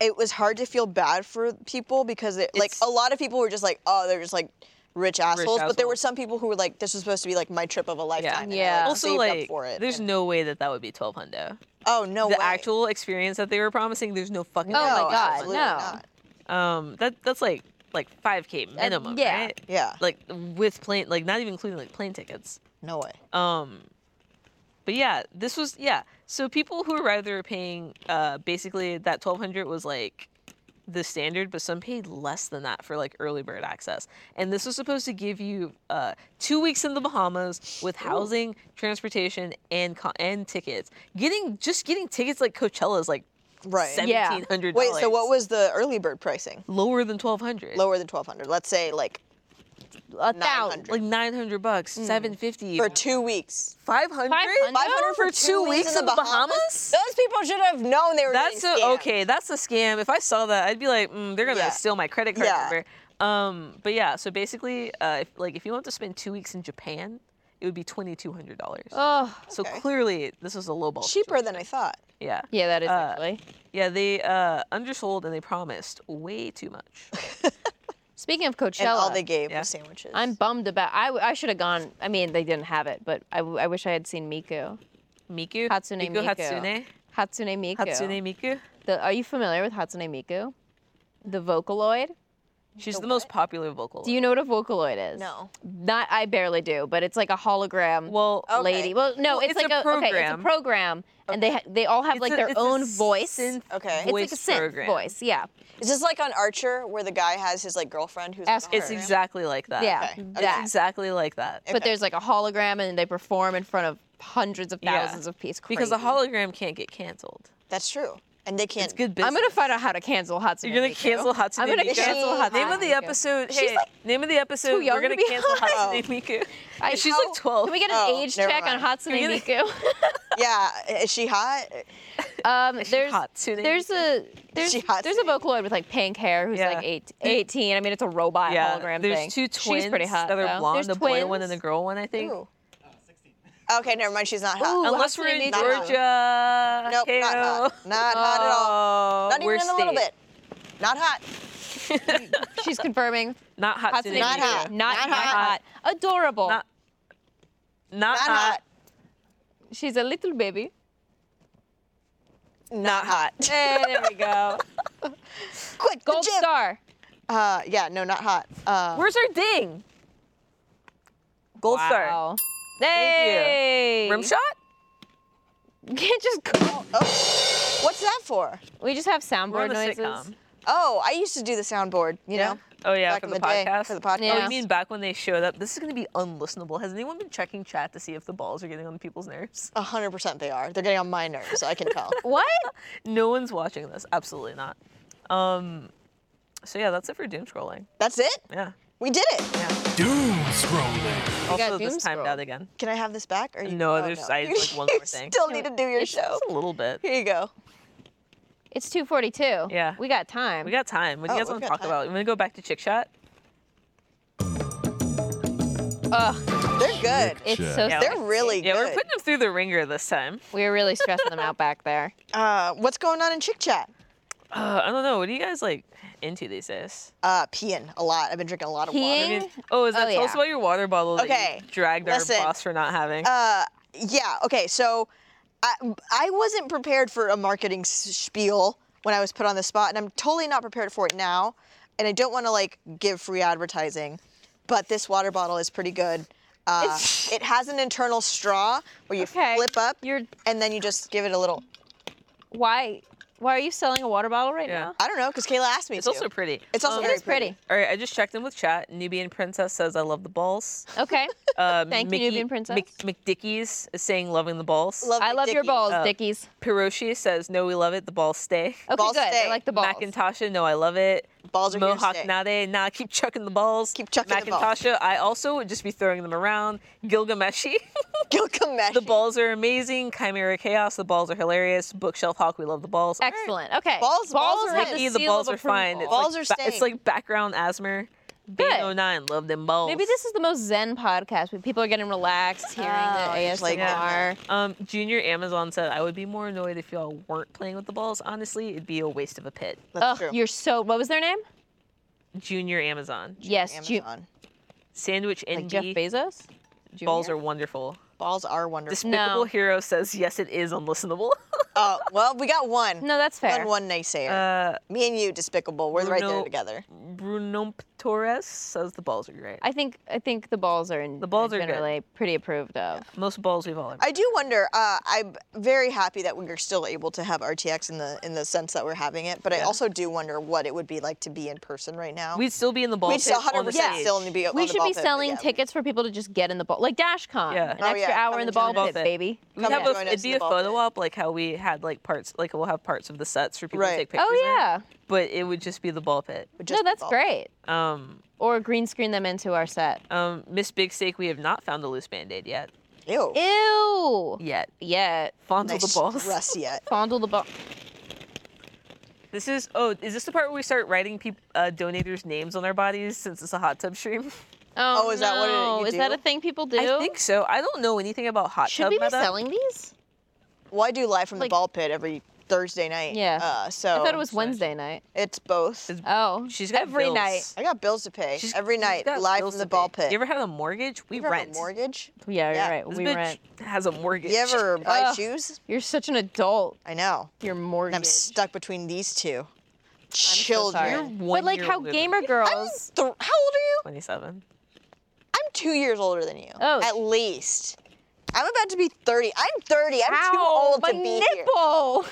Speaker 5: It was hard to feel bad for people because it, like
Speaker 4: It's-
Speaker 5: a lot of people were just like, oh, they're just like rich assholes, but
Speaker 4: assholes.
Speaker 5: there were some people who were like, this was supposed to be like my trip of a lifetime. and they,
Speaker 2: Yeah.
Speaker 5: like,
Speaker 4: Also,
Speaker 5: saved up
Speaker 4: like,
Speaker 5: for it.
Speaker 4: there's
Speaker 5: and-
Speaker 4: no way that that would be 12 hundo.
Speaker 5: oh no
Speaker 4: the
Speaker 5: way.
Speaker 4: actual experience that they were promising, there's no fucking.
Speaker 2: Oh
Speaker 5: no,
Speaker 2: my
Speaker 4: way.
Speaker 2: God,
Speaker 5: absolutely
Speaker 2: no.
Speaker 5: not.
Speaker 4: Um, that that's like like 5k minimum.
Speaker 2: yeah.
Speaker 4: Right?
Speaker 5: Yeah,
Speaker 4: Like with plane, like not even including like plane tickets.
Speaker 5: no way.
Speaker 4: Um, but yeah, this was yeah. So people who arrived, they were paying uh, basically that twelve hundred was like the standard, but some paid less than that for like early bird access. And this was supposed to give you uh, two weeks in the Bahamas with housing, transportation, and co- and tickets. Getting just getting tickets like Coachella is like
Speaker 5: Right.
Speaker 2: Yeah.
Speaker 4: seventeen hundred.
Speaker 5: Wait, so what was the early bird pricing?
Speaker 4: lower than twelve hundred?
Speaker 5: Lower than 1200. Let's say like
Speaker 2: A
Speaker 5: 900.
Speaker 2: thousand.
Speaker 4: like nine hundred bucks, seven fifty,
Speaker 5: for 2 weeks.
Speaker 4: Mm. five hundred.
Speaker 2: 500?
Speaker 5: 500 for
Speaker 4: for
Speaker 5: 2
Speaker 4: two
Speaker 5: weeks
Speaker 4: weeks in the Bahamas?
Speaker 5: Those people should have known they were
Speaker 4: That's
Speaker 5: getting
Speaker 4: a,
Speaker 5: scammed.
Speaker 4: okay. That's a scam. If I saw that, I'd be like, mm, they're gonna
Speaker 5: Yeah.
Speaker 4: steal my credit card
Speaker 5: Yeah.
Speaker 4: number. Um, but yeah, so basically, uh, if, like if you want to spend two weeks in Japan, it would be twenty two hundred dollars.
Speaker 2: Oh,
Speaker 4: So
Speaker 5: okay.
Speaker 4: clearly, this was a lowball.
Speaker 5: Cheaper than I thought.
Speaker 4: Yeah,
Speaker 2: yeah, that is
Speaker 4: Uh,
Speaker 2: actually.
Speaker 4: yeah. They uh, undersold and they promised way too much.
Speaker 2: Speaking of Coachella,
Speaker 5: And all they gave
Speaker 4: Yeah.
Speaker 5: was sandwiches.
Speaker 2: I'm bummed about. I, w- I should have gone. I mean, they didn't have it, but I, w- I wish I had seen Miku.
Speaker 4: Miku,
Speaker 2: Hatsune
Speaker 4: Miku,
Speaker 2: Miku.
Speaker 4: Hatsune,
Speaker 2: Hatsune Miku.
Speaker 4: Hatsune Miku.
Speaker 2: The, are you familiar with Hatsune Miku? The Vocaloid.
Speaker 4: She's the, most popular vocal.
Speaker 2: Do you know what a Vocaloid is?
Speaker 5: No.
Speaker 2: Not I barely do, but it's like a hologram
Speaker 4: Well,
Speaker 5: Okay.
Speaker 2: lady. Well, no,
Speaker 4: Well,
Speaker 2: it's,
Speaker 4: it's
Speaker 2: like
Speaker 4: a
Speaker 2: Okay, it's a
Speaker 4: program.
Speaker 2: program, and they ha- they all have
Speaker 4: It's
Speaker 2: like
Speaker 4: a-
Speaker 2: their
Speaker 4: it's a
Speaker 2: own voice.
Speaker 4: synth
Speaker 5: Okay.
Speaker 2: it's
Speaker 5: It's,
Speaker 4: voice
Speaker 2: like a synth
Speaker 4: program.
Speaker 2: voice. Yeah.
Speaker 5: is this like on Archer where the guy has his like girlfriend who's
Speaker 2: Ask-
Speaker 5: like,
Speaker 4: it's exactly like that.
Speaker 2: Yeah.
Speaker 5: Okay.
Speaker 4: It's
Speaker 2: That.
Speaker 4: exactly like that.
Speaker 2: But there's like a hologram, and they perform in front of hundreds of
Speaker 4: Yeah.
Speaker 2: thousands of people.
Speaker 4: Because a hologram can't get canceled.
Speaker 5: That's true. And they can't
Speaker 4: It's good business.
Speaker 2: I'm gonna find out how to cancel Hatsune.
Speaker 4: You're gonna
Speaker 2: Miku.
Speaker 4: cancel Hatsune
Speaker 2: I'm gonna
Speaker 4: Miku.
Speaker 2: cancel Hatsune
Speaker 4: Name of the
Speaker 2: Miku.
Speaker 4: episode.
Speaker 2: She's
Speaker 4: hey,
Speaker 2: like
Speaker 4: name of the episode.
Speaker 2: young
Speaker 4: We're gonna
Speaker 2: to be
Speaker 4: cancel
Speaker 2: high.
Speaker 4: Hatsune Miku.
Speaker 2: I-
Speaker 4: She's
Speaker 2: how-
Speaker 4: like 12.
Speaker 2: Can we get an
Speaker 5: Oh,
Speaker 2: age
Speaker 5: never
Speaker 2: check on
Speaker 5: mind.
Speaker 2: Hatsune
Speaker 4: we
Speaker 2: Miku?
Speaker 5: Yeah, is she hot?
Speaker 2: um,
Speaker 4: she
Speaker 2: there's
Speaker 4: Hatsune
Speaker 2: there's a there's
Speaker 5: She Hatsune
Speaker 2: there's a Vocaloid with like pink hair who's
Speaker 4: Yeah.
Speaker 2: like eight, 18. I mean, it's a robot
Speaker 4: yeah,
Speaker 2: hologram
Speaker 4: there's
Speaker 2: thing.
Speaker 4: two twins
Speaker 2: She's pretty hot.
Speaker 4: that are
Speaker 2: though.
Speaker 4: blonde,
Speaker 2: There's
Speaker 4: the
Speaker 2: twins.
Speaker 4: boy one and the girl one, I think.
Speaker 5: Ooh. Okay, never mind. She's not
Speaker 2: Ooh,
Speaker 5: hot.
Speaker 4: Unless we're
Speaker 2: Hatsune
Speaker 4: in
Speaker 2: Miku.
Speaker 4: Georgia.
Speaker 5: nope, not hot. Not hot at all.
Speaker 4: Oh,
Speaker 5: Not even in a little bit. Not hot.
Speaker 2: She's confirming
Speaker 4: Not Hatsune,
Speaker 2: Hatsune
Speaker 5: Not
Speaker 2: Miku.
Speaker 5: hot.
Speaker 2: Not,
Speaker 5: Not
Speaker 2: hot.
Speaker 5: hot.
Speaker 2: Adorable.
Speaker 4: Not- Not,
Speaker 5: Not hot.
Speaker 2: She's a little baby.
Speaker 5: Not hot.
Speaker 2: Hey, there we go.
Speaker 5: Quick,
Speaker 2: Gold
Speaker 5: the gym.
Speaker 2: star.
Speaker 5: Uh, yeah, no, not hot. Uh,
Speaker 4: Where's our ding? Gold star.
Speaker 2: Wow. Hey.
Speaker 4: Rim shot?
Speaker 2: You can't just call.
Speaker 5: what's that for?
Speaker 2: We just have soundboard
Speaker 4: We're on a
Speaker 2: noises.
Speaker 4: sitcom.
Speaker 5: Oh, I used to do the soundboard. You know,
Speaker 4: Oh yeah,
Speaker 5: back
Speaker 4: for
Speaker 5: in
Speaker 4: the,
Speaker 5: the, day
Speaker 4: podcast.
Speaker 5: for the podcast.
Speaker 2: Yeah.
Speaker 4: Oh, you mean back when they showed up? This is going to be unlistenable. Has anyone been checking chat to see if the balls are getting on people's nerves?
Speaker 5: A hundred percent, they are. They're getting on my nerves. so I can tell.
Speaker 2: What?
Speaker 4: No one's watching this. Absolutely not. Um, so yeah, that's it for doom scrolling.
Speaker 5: That's it.
Speaker 4: Yeah.
Speaker 5: We did it.
Speaker 1: Doom scrolling.
Speaker 2: got
Speaker 4: also, this
Speaker 2: doom
Speaker 4: timed out
Speaker 2: scrolled.
Speaker 4: again.
Speaker 5: Can I have this back? Or you,
Speaker 4: No,
Speaker 5: oh,
Speaker 4: there's I like one
Speaker 5: You
Speaker 4: more thing.
Speaker 5: Still need to do your show.
Speaker 4: Just a little bit.
Speaker 5: Here you go.
Speaker 2: It's 2:42.
Speaker 4: Yeah.
Speaker 2: We got time.
Speaker 4: We got time. What do you
Speaker 5: Oh,
Speaker 4: guys
Speaker 5: we've
Speaker 4: want to
Speaker 5: got
Speaker 4: talk
Speaker 5: time.
Speaker 4: about? You want to go back to chick shot?
Speaker 5: They're good.
Speaker 2: It's
Speaker 1: Check.
Speaker 2: so.
Speaker 4: Yeah.
Speaker 2: sick.
Speaker 5: They're really
Speaker 4: Yeah, we're
Speaker 5: good.
Speaker 4: putting them through the ringer this time.
Speaker 2: We were really stressing them out back there.
Speaker 5: uh, what's going on in Chick Chat?
Speaker 4: Uh, I don't know. What are you guys like into these days?
Speaker 5: Uh, peeing a lot. I've been drinking a lot of
Speaker 2: Peeing?
Speaker 5: water.
Speaker 4: I mean, oh, is that
Speaker 2: Oh,
Speaker 4: tell us
Speaker 2: yeah.
Speaker 4: about your water bottle that
Speaker 5: Eh. Okay,
Speaker 4: you dragged our
Speaker 5: listen.
Speaker 4: boss for not having?
Speaker 5: Uh, yeah. Okay. So, I I wasn't prepared for a marketing s- spiel when I was put on the spot, and I'm totally not prepared for it now. And I don't want to like give free advertising, but this water bottle is pretty good. Uh, it has an internal straw where you
Speaker 2: Okay.
Speaker 5: flip up,
Speaker 2: You're-
Speaker 5: and then you just give it a little.
Speaker 2: Why? Why are you selling a water bottle right
Speaker 4: Yeah.
Speaker 2: now?
Speaker 5: I don't know, because Kayla asked me
Speaker 4: it's
Speaker 5: to.
Speaker 4: also pretty.
Speaker 5: it's also
Speaker 2: It
Speaker 5: very
Speaker 2: is pretty.
Speaker 4: All right, I just checked in with chat. Nubian Princess says, I love the balls.
Speaker 2: Okay.
Speaker 5: Uh,
Speaker 4: Um,
Speaker 2: Thank you,
Speaker 4: Mickey-
Speaker 2: Nubian Princess.
Speaker 4: Mc, McDickies is saying, loving the balls.
Speaker 5: Love
Speaker 2: I
Speaker 5: the
Speaker 2: love your
Speaker 5: dickies.
Speaker 2: balls,
Speaker 4: Uh,
Speaker 2: Dickies.
Speaker 4: Piroshi says, no, we love it. The balls stay.
Speaker 2: Okay,
Speaker 5: balls
Speaker 2: good. I
Speaker 5: stay.
Speaker 2: like Oh, the balls.
Speaker 4: Macintasha, no, I love it.
Speaker 5: Balls are here to
Speaker 4: Mohawk
Speaker 5: stay.
Speaker 4: Nade, nah, keep chucking the balls.
Speaker 5: Keep chucking the balls.
Speaker 4: Macintasha, I also would just be throwing them around. Gilgameshi,
Speaker 5: Gilgamesh.
Speaker 4: the balls are amazing. Chimera Chaos, the balls are hilarious. Bookshelf Hawk, we love the balls. All right.
Speaker 2: Excellent. Okay.
Speaker 5: Balls- balls are
Speaker 2: are
Speaker 5: in.
Speaker 2: the,
Speaker 4: Mickey,
Speaker 2: seal
Speaker 4: the balls
Speaker 2: of
Speaker 4: are fine. It's
Speaker 2: approval.
Speaker 5: Balls
Speaker 4: like
Speaker 5: are
Speaker 4: ba- It's
Speaker 5: staying.
Speaker 4: like background asthma.
Speaker 2: Good.
Speaker 4: Bane 09, love them balls.
Speaker 2: Maybe this is the most zen podcast, but people are getting relaxed hearing the
Speaker 5: Oh,
Speaker 2: ASMR.
Speaker 5: just like that.
Speaker 4: Um, Junior Amazon said, I would be more annoyed if y'all weren't playing with the balls. Honestly, it'd be a waste of a pit.
Speaker 5: That's
Speaker 2: Ugh,
Speaker 5: true.
Speaker 2: you're so. What was their name?
Speaker 4: Junior Amazon.
Speaker 2: yes, Ju-
Speaker 5: Amazon.
Speaker 4: Sandwich
Speaker 5: Like
Speaker 4: and
Speaker 5: Jeff
Speaker 8: Bezos? Jr.?
Speaker 4: balls are wonderful.
Speaker 5: Balls are wonderful.
Speaker 4: Despicable
Speaker 2: No.
Speaker 4: Hero says yes, it is unlistenable.
Speaker 5: Oh, well, we got one.
Speaker 2: No, that's fair.
Speaker 5: One, one
Speaker 4: Uh,
Speaker 5: naysayer. Me and you, Despicable. We're right there
Speaker 4: Bruno-
Speaker 5: together.
Speaker 4: Bruno Torres says the balls are great.
Speaker 2: I think I think the balls are in, the
Speaker 4: balls are good.
Speaker 2: generally pretty approved of.
Speaker 4: Most balls we've all ever.
Speaker 5: I do wonder. Uh, I'm very happy that we're still able to have RTX in the in the sense that we're having it, but I also do wonder what it would be like to be in person right now.
Speaker 4: We'd still be in the ball
Speaker 5: We'd
Speaker 4: pit
Speaker 5: still
Speaker 4: on
Speaker 5: 100
Speaker 4: the
Speaker 5: percent
Speaker 4: stage.
Speaker 5: still be on
Speaker 2: We
Speaker 5: the
Speaker 2: should
Speaker 5: ball
Speaker 2: be
Speaker 5: pit, but
Speaker 2: selling
Speaker 5: yeah.
Speaker 2: tickets for people to just get in the ball, like DashCon.
Speaker 4: Yeah.
Speaker 2: An
Speaker 5: Oh,
Speaker 2: extra
Speaker 5: yeah,
Speaker 2: hour
Speaker 5: come
Speaker 2: in the ball
Speaker 5: and join us.
Speaker 2: pit, baby.
Speaker 4: We'd
Speaker 5: Come
Speaker 4: have a,
Speaker 5: join us in
Speaker 4: it'd be
Speaker 5: the
Speaker 4: a
Speaker 5: ball
Speaker 4: photo
Speaker 5: pit.
Speaker 4: op like how we had like parts like we'll have parts of the sets for people
Speaker 5: Right.
Speaker 4: to take pictures.
Speaker 2: Oh
Speaker 4: in,
Speaker 2: yeah.
Speaker 4: but it would just be the ball pit.
Speaker 5: But
Speaker 2: No,
Speaker 5: just the
Speaker 2: that's
Speaker 5: ball pit.
Speaker 2: great.
Speaker 4: Um,
Speaker 2: Or green screen them into our set.
Speaker 4: um, Miss Big Steak, we have not found a loose band-aid yet.
Speaker 5: Ew.
Speaker 2: Ew.
Speaker 4: Yet.
Speaker 2: Yeah.
Speaker 4: Fondle
Speaker 5: nice
Speaker 4: the balls.
Speaker 5: dress yet.
Speaker 2: Fondle the ball.
Speaker 4: This is oh, is this the part where we start writing peop uh, donators' names on our bodies since it's a hot tub stream?
Speaker 2: Oh,
Speaker 5: Oh, is that what it-
Speaker 2: no.
Speaker 5: you
Speaker 2: Is that
Speaker 5: do?
Speaker 2: a thing people do?
Speaker 4: I think so. I don't know anything about hot
Speaker 2: Should
Speaker 4: tub
Speaker 2: we be
Speaker 4: meta.
Speaker 2: selling these?
Speaker 5: Well, I do live from
Speaker 2: Like-
Speaker 5: the ball pit every Thursday night.
Speaker 2: Yeah.
Speaker 5: Uh, so
Speaker 2: I thought it was Wednesday night.
Speaker 5: It's both.
Speaker 2: Oh.
Speaker 4: She's got
Speaker 2: every
Speaker 4: bills.
Speaker 2: night.
Speaker 5: I got bills to pay
Speaker 4: She's-
Speaker 5: every
Speaker 4: she's
Speaker 5: night,
Speaker 4: got
Speaker 5: live
Speaker 4: bills
Speaker 5: from the
Speaker 4: to
Speaker 5: ball
Speaker 4: pay.
Speaker 5: pit.
Speaker 4: You ever have a mortgage? We
Speaker 5: You ever have a
Speaker 4: rent.
Speaker 5: mortgage?
Speaker 2: Yeah, you're
Speaker 5: Yeah.
Speaker 2: right.
Speaker 4: This
Speaker 2: We
Speaker 4: bitch
Speaker 2: rent.
Speaker 4: has a mortgage.
Speaker 5: You ever buy
Speaker 2: Ugh.
Speaker 5: shoes?
Speaker 2: You're such an adult.
Speaker 5: I know.
Speaker 2: You're
Speaker 5: And
Speaker 2: mortgage.
Speaker 5: I'm stuck between these two.
Speaker 2: sorry.
Speaker 5: Children.
Speaker 2: But like how gamer girls.
Speaker 5: Th- how old are you?
Speaker 4: Twenty-seven.
Speaker 5: I'm two years older than you.
Speaker 2: Oh, sh-
Speaker 5: At least. I'm about to be 30. I'm 30. I'm too
Speaker 2: Ow,
Speaker 5: old
Speaker 2: my
Speaker 5: to be here.
Speaker 2: nipple.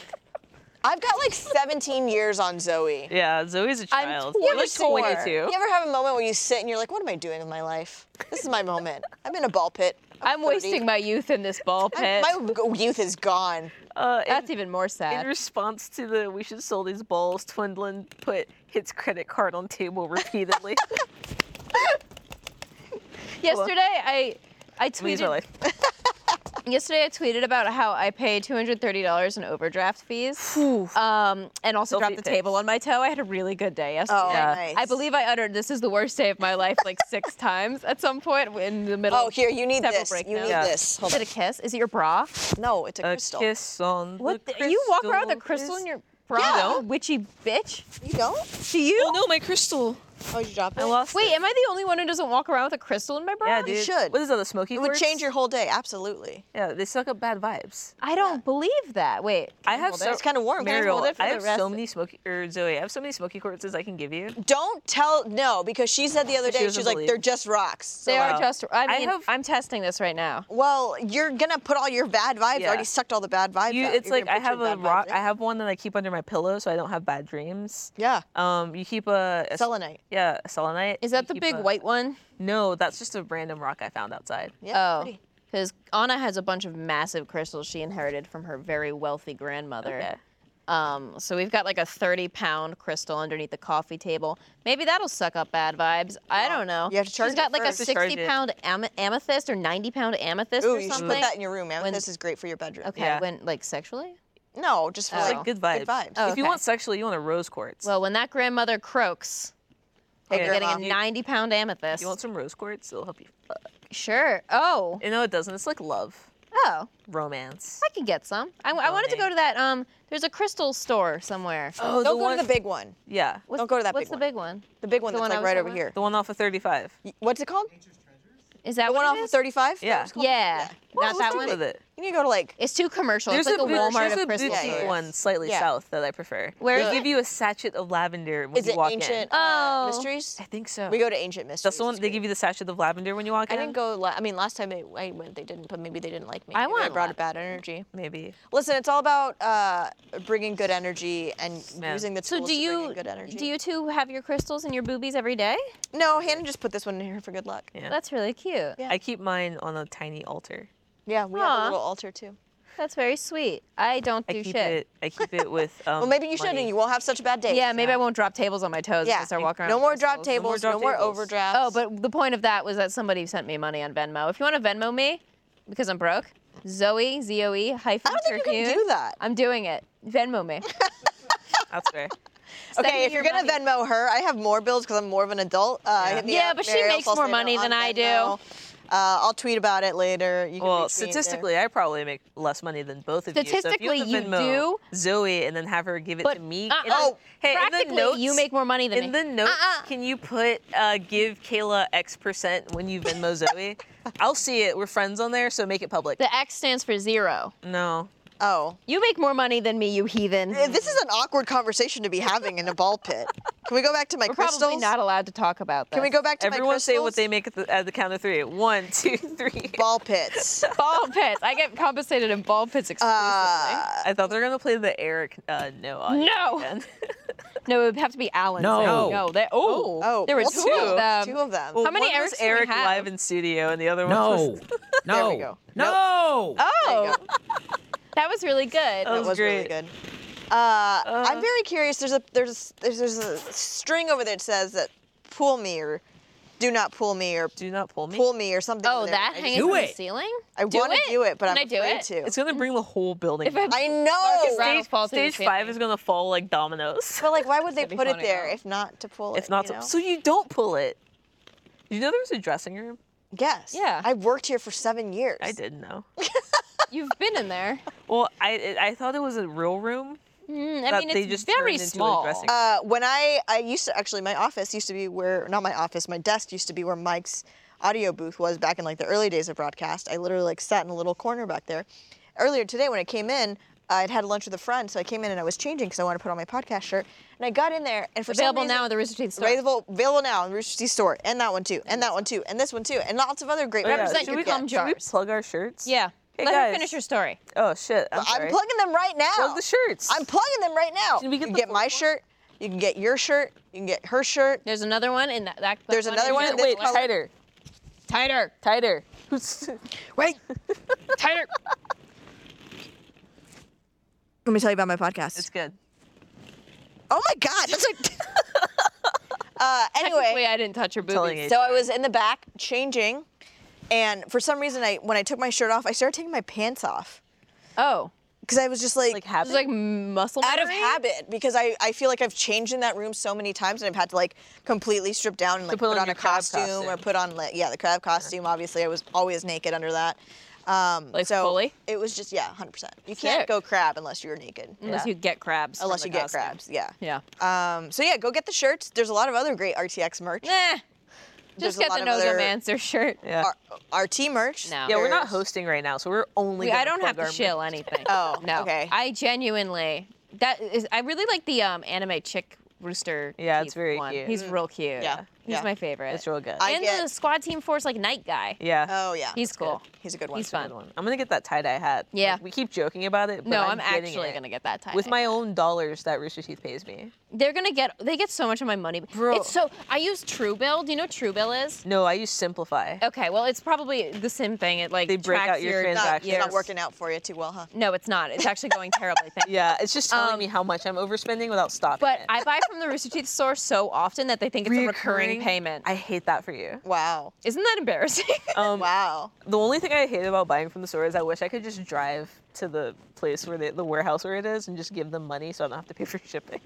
Speaker 5: I've got like 17 years on Zoe.
Speaker 4: Yeah, Zoe's a
Speaker 2: I'm
Speaker 4: child.
Speaker 2: You're
Speaker 4: You're
Speaker 2: like
Speaker 4: like
Speaker 2: 24.
Speaker 4: twenty-two.
Speaker 5: You ever have a moment where you sit and you're like, what am I doing with my life? This is my moment. I'm in a ball pit.
Speaker 2: I'm wasting my youth in this ball pit.
Speaker 5: My g- youth is gone.
Speaker 4: Uh, in,
Speaker 2: That's even more
Speaker 4: in
Speaker 2: sad.
Speaker 4: response to the "we should sell these balls," Twindlin put his credit card on table repeatedly.
Speaker 2: Yesterday, I I
Speaker 4: Leaves her
Speaker 2: tweeted.
Speaker 4: life.
Speaker 2: Yesterday, I tweeted about how I pay two hundred thirty dollars in overdraft fees. Um, and also
Speaker 4: Filthy
Speaker 2: dropped the
Speaker 4: pits.
Speaker 2: table on my toe. I had a really good day yesterday.
Speaker 5: Oh, Yeah. nice.
Speaker 2: I believe I uttered, "This is the worst day of my life" like six times at some point in the middle.
Speaker 5: Oh,
Speaker 2: of
Speaker 5: here, you need
Speaker 2: several
Speaker 5: this.
Speaker 2: break
Speaker 5: You
Speaker 2: notes.
Speaker 5: need
Speaker 4: Yeah.
Speaker 5: this. Hold
Speaker 2: Is it a kiss? Is it your bra?
Speaker 5: on. No, it's a,
Speaker 4: A
Speaker 5: crystal.
Speaker 4: kiss on
Speaker 2: What?
Speaker 4: the
Speaker 2: the- you walk around with a
Speaker 4: crystal
Speaker 2: crystal in
Speaker 4: is-
Speaker 2: your bra,
Speaker 5: Yeah.
Speaker 2: you witchy bitch.
Speaker 5: You don't?
Speaker 2: Do you?
Speaker 4: Oh no, my crystal.
Speaker 5: Oh, did you drop it?
Speaker 4: I lost.
Speaker 2: Wait,
Speaker 4: it.
Speaker 2: am I the only one who doesn't walk around with a crystal in my bra?
Speaker 4: Yeah, dude.
Speaker 5: should.
Speaker 4: What is that? The smoky.
Speaker 5: it would change your whole day, absolutely.
Speaker 4: Yeah, they suck up bad vibes.
Speaker 2: I don't believe that. Wait.
Speaker 4: I have
Speaker 5: hold it?
Speaker 4: so
Speaker 5: It's kinda warm. Can I
Speaker 4: Mariel,
Speaker 5: hold it for
Speaker 4: I
Speaker 5: the
Speaker 4: have so
Speaker 5: rest?
Speaker 4: many smoky or Zoe, I have so many smoky corpses I can give you.
Speaker 5: Don't tell, no, because she said the other day, she was
Speaker 4: doesn't
Speaker 5: like,
Speaker 4: believe.
Speaker 5: they're just rocks. So,
Speaker 2: They
Speaker 5: like,
Speaker 2: are just. I
Speaker 4: I
Speaker 2: mean, I
Speaker 4: have-
Speaker 2: am testing this right now.
Speaker 5: well, you're going to put all your bad vibes. I
Speaker 4: Yeah.
Speaker 5: already sucked all the bad vibes
Speaker 4: You,
Speaker 5: out.
Speaker 4: it's
Speaker 5: You're
Speaker 4: like
Speaker 5: gonna
Speaker 4: I
Speaker 5: put your
Speaker 4: have a
Speaker 5: bad vibes
Speaker 4: rock.
Speaker 5: in.
Speaker 4: I have one that I keep under my pillow so I don't have bad dreams.
Speaker 5: Yeah,
Speaker 4: Um, you keep a, a s-
Speaker 5: selenite.
Speaker 4: Yeah, a selenite.
Speaker 2: Is that
Speaker 4: You
Speaker 2: the
Speaker 4: keep
Speaker 2: big
Speaker 4: a-
Speaker 2: white one?
Speaker 4: No, that's just a random rock I found outside.
Speaker 5: Yeah,
Speaker 2: oh.
Speaker 5: pretty.
Speaker 2: Because Anna has a bunch of massive crystals she inherited from her very wealthy grandmother.
Speaker 4: Okay.
Speaker 2: Um, so we've got like a 30 pound crystal underneath the coffee table. Maybe that'll suck up bad vibes. I don't know.
Speaker 5: You have to charge
Speaker 2: She's got
Speaker 5: it
Speaker 2: like
Speaker 5: first.
Speaker 2: a
Speaker 4: Just charge
Speaker 2: 60
Speaker 4: it.
Speaker 2: pound am- amethyst or 90 pound amethyst
Speaker 5: Ooh,
Speaker 2: or
Speaker 5: you should
Speaker 2: something.
Speaker 5: put that in your room. Amethyst
Speaker 2: When-
Speaker 5: is great for your bedroom.
Speaker 2: okay,
Speaker 4: Yeah.
Speaker 2: when like sexually?
Speaker 5: No, just for
Speaker 2: It's
Speaker 5: like,
Speaker 4: Like good vibes.
Speaker 5: Good vibes.
Speaker 2: Oh,
Speaker 4: if you
Speaker 2: okay.
Speaker 4: want sexually, you want a rose quartz.
Speaker 2: Well, when that grandmother croaks,
Speaker 5: Hey,
Speaker 2: I'm
Speaker 5: grandma.
Speaker 2: getting a 90 pound amethyst.
Speaker 4: you want some rose quartz? It'll help you.
Speaker 2: Sure. Oh.
Speaker 4: Uh, No, it doesn't. It's like love,
Speaker 2: Oh.
Speaker 4: romance.
Speaker 2: I could get some. I, I wanted to
Speaker 4: Okay.
Speaker 2: go to that. Um, there's a crystal store somewhere.
Speaker 4: Oh,
Speaker 5: Don't go to the big one.
Speaker 4: Yeah,
Speaker 2: What's-
Speaker 5: Don't go to that
Speaker 2: What's
Speaker 5: big
Speaker 2: the
Speaker 5: one.
Speaker 2: big one?
Speaker 5: The big one
Speaker 2: The
Speaker 5: that's
Speaker 2: one I
Speaker 5: like
Speaker 2: was
Speaker 5: right
Speaker 2: talking
Speaker 5: over
Speaker 2: about?
Speaker 5: here.
Speaker 4: the one off of 35.
Speaker 5: Y- What's it called?
Speaker 2: Is that
Speaker 5: The
Speaker 2: what
Speaker 5: one
Speaker 2: it
Speaker 5: off of
Speaker 2: is?
Speaker 5: 35?
Speaker 4: Yeah.
Speaker 5: It's called-
Speaker 2: Yeah.
Speaker 4: What?
Speaker 2: Not that
Speaker 4: What's
Speaker 2: one.
Speaker 4: wrong with it?
Speaker 5: You need to go to like,
Speaker 2: It's too commercial.
Speaker 4: There's
Speaker 2: it's like
Speaker 4: a,
Speaker 2: a,
Speaker 4: boot-
Speaker 2: Walmart
Speaker 4: there's
Speaker 2: of
Speaker 4: a
Speaker 2: crystal
Speaker 5: boutique
Speaker 4: boutique
Speaker 5: yeah.
Speaker 2: stores.
Speaker 4: one slightly
Speaker 5: Yeah.
Speaker 4: south that I prefer.
Speaker 2: Where
Speaker 4: they
Speaker 2: is
Speaker 4: give
Speaker 2: it?
Speaker 4: you a sachet of lavender when
Speaker 5: is
Speaker 4: you
Speaker 5: it
Speaker 4: walk in.
Speaker 5: ancient uh,
Speaker 2: Oh.
Speaker 5: mysteries?
Speaker 4: I think so.
Speaker 5: We go to ancient mysteries.
Speaker 4: That's the one they give you the sachet of lavender when you walk
Speaker 5: I
Speaker 4: in.
Speaker 5: didn't go. La- I mean, last time I, I went, they didn't, but maybe they didn't like me.
Speaker 2: I
Speaker 5: Maybe
Speaker 2: want
Speaker 5: brought
Speaker 2: la-
Speaker 5: a bad energy.
Speaker 4: Maybe.
Speaker 5: Listen, it's all about uh, bringing good energy and
Speaker 4: Man.
Speaker 5: using the
Speaker 2: So
Speaker 5: tools
Speaker 2: do
Speaker 5: to bring in
Speaker 2: you
Speaker 5: good energy.
Speaker 2: do you two have your crystals in your boobies every day?
Speaker 5: No, Hannah just put this one in here for good luck.
Speaker 4: Yeah.
Speaker 2: That's really cute.
Speaker 5: Yeah.
Speaker 4: I keep mine on a tiny altar.
Speaker 5: Yeah, we have
Speaker 2: Aw.
Speaker 5: a little altar too.
Speaker 2: That's very sweet. I don't
Speaker 4: I
Speaker 2: do
Speaker 4: keep
Speaker 2: shit.
Speaker 4: it. I keep it with. Um,
Speaker 5: Well, maybe you should,
Speaker 4: money.
Speaker 5: and you won't have such a bad day.
Speaker 2: Yeah, maybe I won't drop tables on my toes if I
Speaker 5: Yeah.
Speaker 2: start walking around.
Speaker 5: No
Speaker 2: with
Speaker 5: more drop
Speaker 2: crystals.
Speaker 5: tables.
Speaker 4: drop
Speaker 5: No more
Speaker 4: tables.
Speaker 5: overdrafts.
Speaker 2: Oh, but the point of that was that somebody sent me money on Venmo. If you want to Venmo me, because I'm broke, Zoe Z O E hyphen.
Speaker 5: I don't think you can
Speaker 2: Turcune.
Speaker 5: do that.
Speaker 2: I'm doing it. Venmo me.
Speaker 4: That's fair.
Speaker 2: me
Speaker 5: Okay, if
Speaker 2: your
Speaker 5: you're gonna
Speaker 2: money.
Speaker 5: Venmo her, I have more bills because I'm more of an adult. Uh, hit me
Speaker 2: Yeah,
Speaker 5: up,
Speaker 2: but she
Speaker 5: Mariel
Speaker 2: makes more
Speaker 5: Salcedo
Speaker 2: money
Speaker 5: on
Speaker 2: than I do.
Speaker 5: Venmo. Uh, I'll tweet about it later. You can
Speaker 4: Well,
Speaker 5: reach me there.
Speaker 4: statistically, I probably make less money than both of
Speaker 2: Statistically,
Speaker 4: you. So if
Speaker 2: you
Speaker 4: you, have the Venmo Zoe, and then have her give it
Speaker 2: But,
Speaker 4: to me.
Speaker 2: uh-uh.
Speaker 4: and then-
Speaker 2: Oh,
Speaker 4: hey, in
Speaker 2: practically,
Speaker 4: the notes,
Speaker 2: you make more money than
Speaker 4: in
Speaker 2: me.
Speaker 4: the notes.
Speaker 2: Uh-uh.
Speaker 4: Can you put uh, give Kayla X percent when you Venmo Zoe? I'll see it. We're friends on there, so make it public.
Speaker 2: The X stands for zero.
Speaker 4: no,
Speaker 5: Oh.
Speaker 2: You make more money than me, you heathen.
Speaker 5: Uh, This is an awkward conversation to be having in a ball pit. Can we go back to my
Speaker 2: We're
Speaker 5: crystals?
Speaker 2: probably not allowed to talk about that.
Speaker 5: Can we go back to my
Speaker 4: everyone
Speaker 5: crystals?
Speaker 4: say what they make at the, at the count of three. One, two, three.
Speaker 5: ball pits.
Speaker 2: ball pits? I get compensated in ball pits exclusively.
Speaker 5: Uh,
Speaker 4: I thought they were gonna play the Eric uh, no audio
Speaker 2: No.
Speaker 4: again.
Speaker 2: no, it would have to be Alan.
Speaker 9: No.
Speaker 2: no. They, oh,
Speaker 5: oh,
Speaker 2: there were
Speaker 5: well,
Speaker 2: two, of them.
Speaker 5: Two of them.
Speaker 4: Well,
Speaker 2: How many
Speaker 4: one was
Speaker 2: Erics do we
Speaker 4: Eric
Speaker 2: have?
Speaker 4: live in studio, and the other one
Speaker 9: No.
Speaker 4: was
Speaker 9: No.
Speaker 5: There we go.
Speaker 9: No.
Speaker 5: There you
Speaker 2: Oh,
Speaker 5: go.
Speaker 2: that was really good.
Speaker 5: That
Speaker 4: was
Speaker 5: was really
Speaker 4: great.
Speaker 5: good. Uh, I'm very curious. There's a there's there's there's a string over there that says that pull me or do not pull me or
Speaker 4: Do not pull me.
Speaker 5: pull me or something.
Speaker 2: oh,
Speaker 5: over there.
Speaker 2: that
Speaker 5: I,
Speaker 2: hanging
Speaker 9: Do
Speaker 2: from the
Speaker 9: it.
Speaker 2: ceiling?
Speaker 5: I
Speaker 2: Do
Speaker 5: want to
Speaker 2: it?
Speaker 5: do it, but
Speaker 2: Can
Speaker 5: I'm
Speaker 2: I do
Speaker 5: afraid
Speaker 2: it? Oh,
Speaker 5: to.
Speaker 4: It's gonna bring the whole building.
Speaker 2: If I-
Speaker 4: down.
Speaker 5: I know.
Speaker 2: Right. That'll
Speaker 4: stage
Speaker 2: fall through the
Speaker 4: stage five
Speaker 2: ceiling.
Speaker 4: is gonna fall like dominoes.
Speaker 5: But like, why would they
Speaker 2: That'd be
Speaker 5: put it
Speaker 2: funny,
Speaker 5: there
Speaker 2: though.
Speaker 5: if not to pull it?
Speaker 4: If not,
Speaker 5: you
Speaker 4: to,
Speaker 5: know?
Speaker 4: so you don't pull it. You know there was a dressing room.
Speaker 5: yes.
Speaker 2: Yeah.
Speaker 5: I worked here for seven years.
Speaker 4: I didn't know.
Speaker 2: You've been in there.
Speaker 4: Well, I it, I thought it was a real room.
Speaker 2: Mm, I
Speaker 4: That
Speaker 2: mean,
Speaker 4: they
Speaker 2: it's
Speaker 4: just
Speaker 2: very
Speaker 4: turned into a
Speaker 2: small.
Speaker 4: dressing
Speaker 5: Uh, when I I used to actually my office used to be where not my office my desk used to be where Mike's audio booth was back in like the early days of broadcast. I literally like sat in a little corner back there. Earlier today when I came in, I'd had lunch with a friend, so I came in and I was changing because I wanted to put on my podcast shirt. And I got in there and for
Speaker 2: Available
Speaker 5: some reason,
Speaker 2: now at the Rooster Teeth store.
Speaker 5: Available, available now in Rooster Teeth store, and that one too, and that one too, and this one too, and lots of other great records
Speaker 2: Represent
Speaker 5: that you
Speaker 2: your
Speaker 5: could get.
Speaker 2: cum
Speaker 4: Oh, Should we
Speaker 2: jars.
Speaker 4: plug our shirts?
Speaker 2: Yeah.
Speaker 4: Hey,
Speaker 2: Let
Speaker 4: guys.
Speaker 2: her finish her story.
Speaker 4: Oh shit. I'm,
Speaker 5: I'm
Speaker 4: sorry.
Speaker 5: plugging them right now.
Speaker 4: Plug the shirts.
Speaker 5: I'm plugging them right now.
Speaker 4: Can we get
Speaker 5: you can
Speaker 4: the
Speaker 5: get my
Speaker 4: fourth one?
Speaker 5: shirt. You can get your shirt. You can get her shirt.
Speaker 2: There's another one in that. that
Speaker 5: There's
Speaker 2: that
Speaker 5: another
Speaker 2: in
Speaker 5: one
Speaker 2: there.
Speaker 5: in this
Speaker 4: Wait,
Speaker 5: color.
Speaker 4: tighter,
Speaker 2: tighter,
Speaker 4: tighter.
Speaker 5: Wait.
Speaker 2: tighter.
Speaker 5: Let me tell you about my podcast.
Speaker 4: It's good.
Speaker 5: oh my God. That's like. uh,
Speaker 2: Technically,
Speaker 5: anyway,
Speaker 2: I didn't touch her
Speaker 4: telling
Speaker 2: boobies.
Speaker 4: you.
Speaker 5: so I was in the back changing, and for some reason, I when I took my shirt off, I started taking my pants off
Speaker 2: Oh,
Speaker 5: because I was just like,
Speaker 4: Like
Speaker 2: it
Speaker 4: habit.
Speaker 2: was like muscle
Speaker 5: out of
Speaker 2: memory?
Speaker 5: habit because I, I feel like I've changed in that room so many times and I've had to like completely strip down and like
Speaker 4: put
Speaker 5: put,
Speaker 4: on
Speaker 5: on,
Speaker 4: your
Speaker 5: a
Speaker 4: crab
Speaker 5: costume, or
Speaker 4: costume.
Speaker 5: put on like yeah the crab costume. Obviously, I was always naked under that. Um,
Speaker 2: Like
Speaker 5: so
Speaker 2: fully?
Speaker 5: it was just yeah, hundred percent. You can't
Speaker 2: Sick.
Speaker 5: go crab unless you're naked.
Speaker 2: Unless you get crabs.
Speaker 5: Unless you get
Speaker 2: crabs.
Speaker 5: crabs, yeah.
Speaker 2: Yeah.
Speaker 5: Um, so yeah, go get the shirts. There's a lot of other great RTX merch.
Speaker 2: Nah.
Speaker 5: There's
Speaker 2: Just
Speaker 5: a
Speaker 2: get
Speaker 5: lot
Speaker 2: the
Speaker 5: of
Speaker 2: No
Speaker 5: other-
Speaker 2: Mancer shirt.
Speaker 4: Yeah.
Speaker 5: R- RT merch.
Speaker 2: No.
Speaker 4: yeah, we're not
Speaker 5: There's-
Speaker 4: hosting right now, so we're
Speaker 2: We,
Speaker 4: only. gonna
Speaker 2: I don't have
Speaker 4: plug
Speaker 2: to
Speaker 4: our-
Speaker 2: shill anything.
Speaker 5: Oh,
Speaker 2: no.
Speaker 5: okay.
Speaker 2: I genuinely that is. I really like the um anime chick rooster.
Speaker 4: Yeah, it's
Speaker 2: teeth
Speaker 4: very
Speaker 2: one.
Speaker 4: cute. Mm.
Speaker 2: He's real cute.
Speaker 5: Yeah,
Speaker 2: He's
Speaker 5: yeah.
Speaker 2: my favorite.
Speaker 4: It's real good.
Speaker 5: I
Speaker 2: and
Speaker 5: get-
Speaker 2: the squad team force like night guy.
Speaker 4: yeah.
Speaker 5: Oh yeah.
Speaker 2: He's cool.
Speaker 5: He's a good one.
Speaker 2: He's
Speaker 4: Good
Speaker 2: fun.
Speaker 4: one. I'm gonna get that tie dye hat.
Speaker 2: Yeah.
Speaker 4: Like, we keep joking about it, but
Speaker 2: No,
Speaker 4: I'm,
Speaker 2: I'm,
Speaker 4: getting
Speaker 2: actually
Speaker 4: it.
Speaker 2: gonna get that tie.
Speaker 4: with my own dollars that Rooster Teeth pays me.
Speaker 2: They're gonna get. They get so much of my money.
Speaker 4: Bro.
Speaker 2: It's so. I use Truebill. Do you know what Truebill is?
Speaker 4: No, I use Simplify.
Speaker 2: Okay. Well, it's probably the same thing. It like
Speaker 4: They break
Speaker 2: tracks
Speaker 4: out your
Speaker 5: Not,
Speaker 4: transactions.
Speaker 5: it's not working out for you too well, huh?
Speaker 2: No, it's not. It's actually going terribly. Thank you.
Speaker 4: Yeah, it's just telling me how much I'm overspending without stopping.
Speaker 2: Um, But
Speaker 4: it.
Speaker 2: I buy from the Rooster Teeth store so often that they think it's a recurring
Speaker 4: Reoccurring?
Speaker 2: payment.
Speaker 4: I hate that for you.
Speaker 5: Wow.
Speaker 2: Isn't that embarrassing?
Speaker 4: Um,
Speaker 5: Wow.
Speaker 4: The only thing I hate about buying from the store is I wish I could just drive to the place where they, the warehouse where it is and just give them money so I don't have to pay for shipping.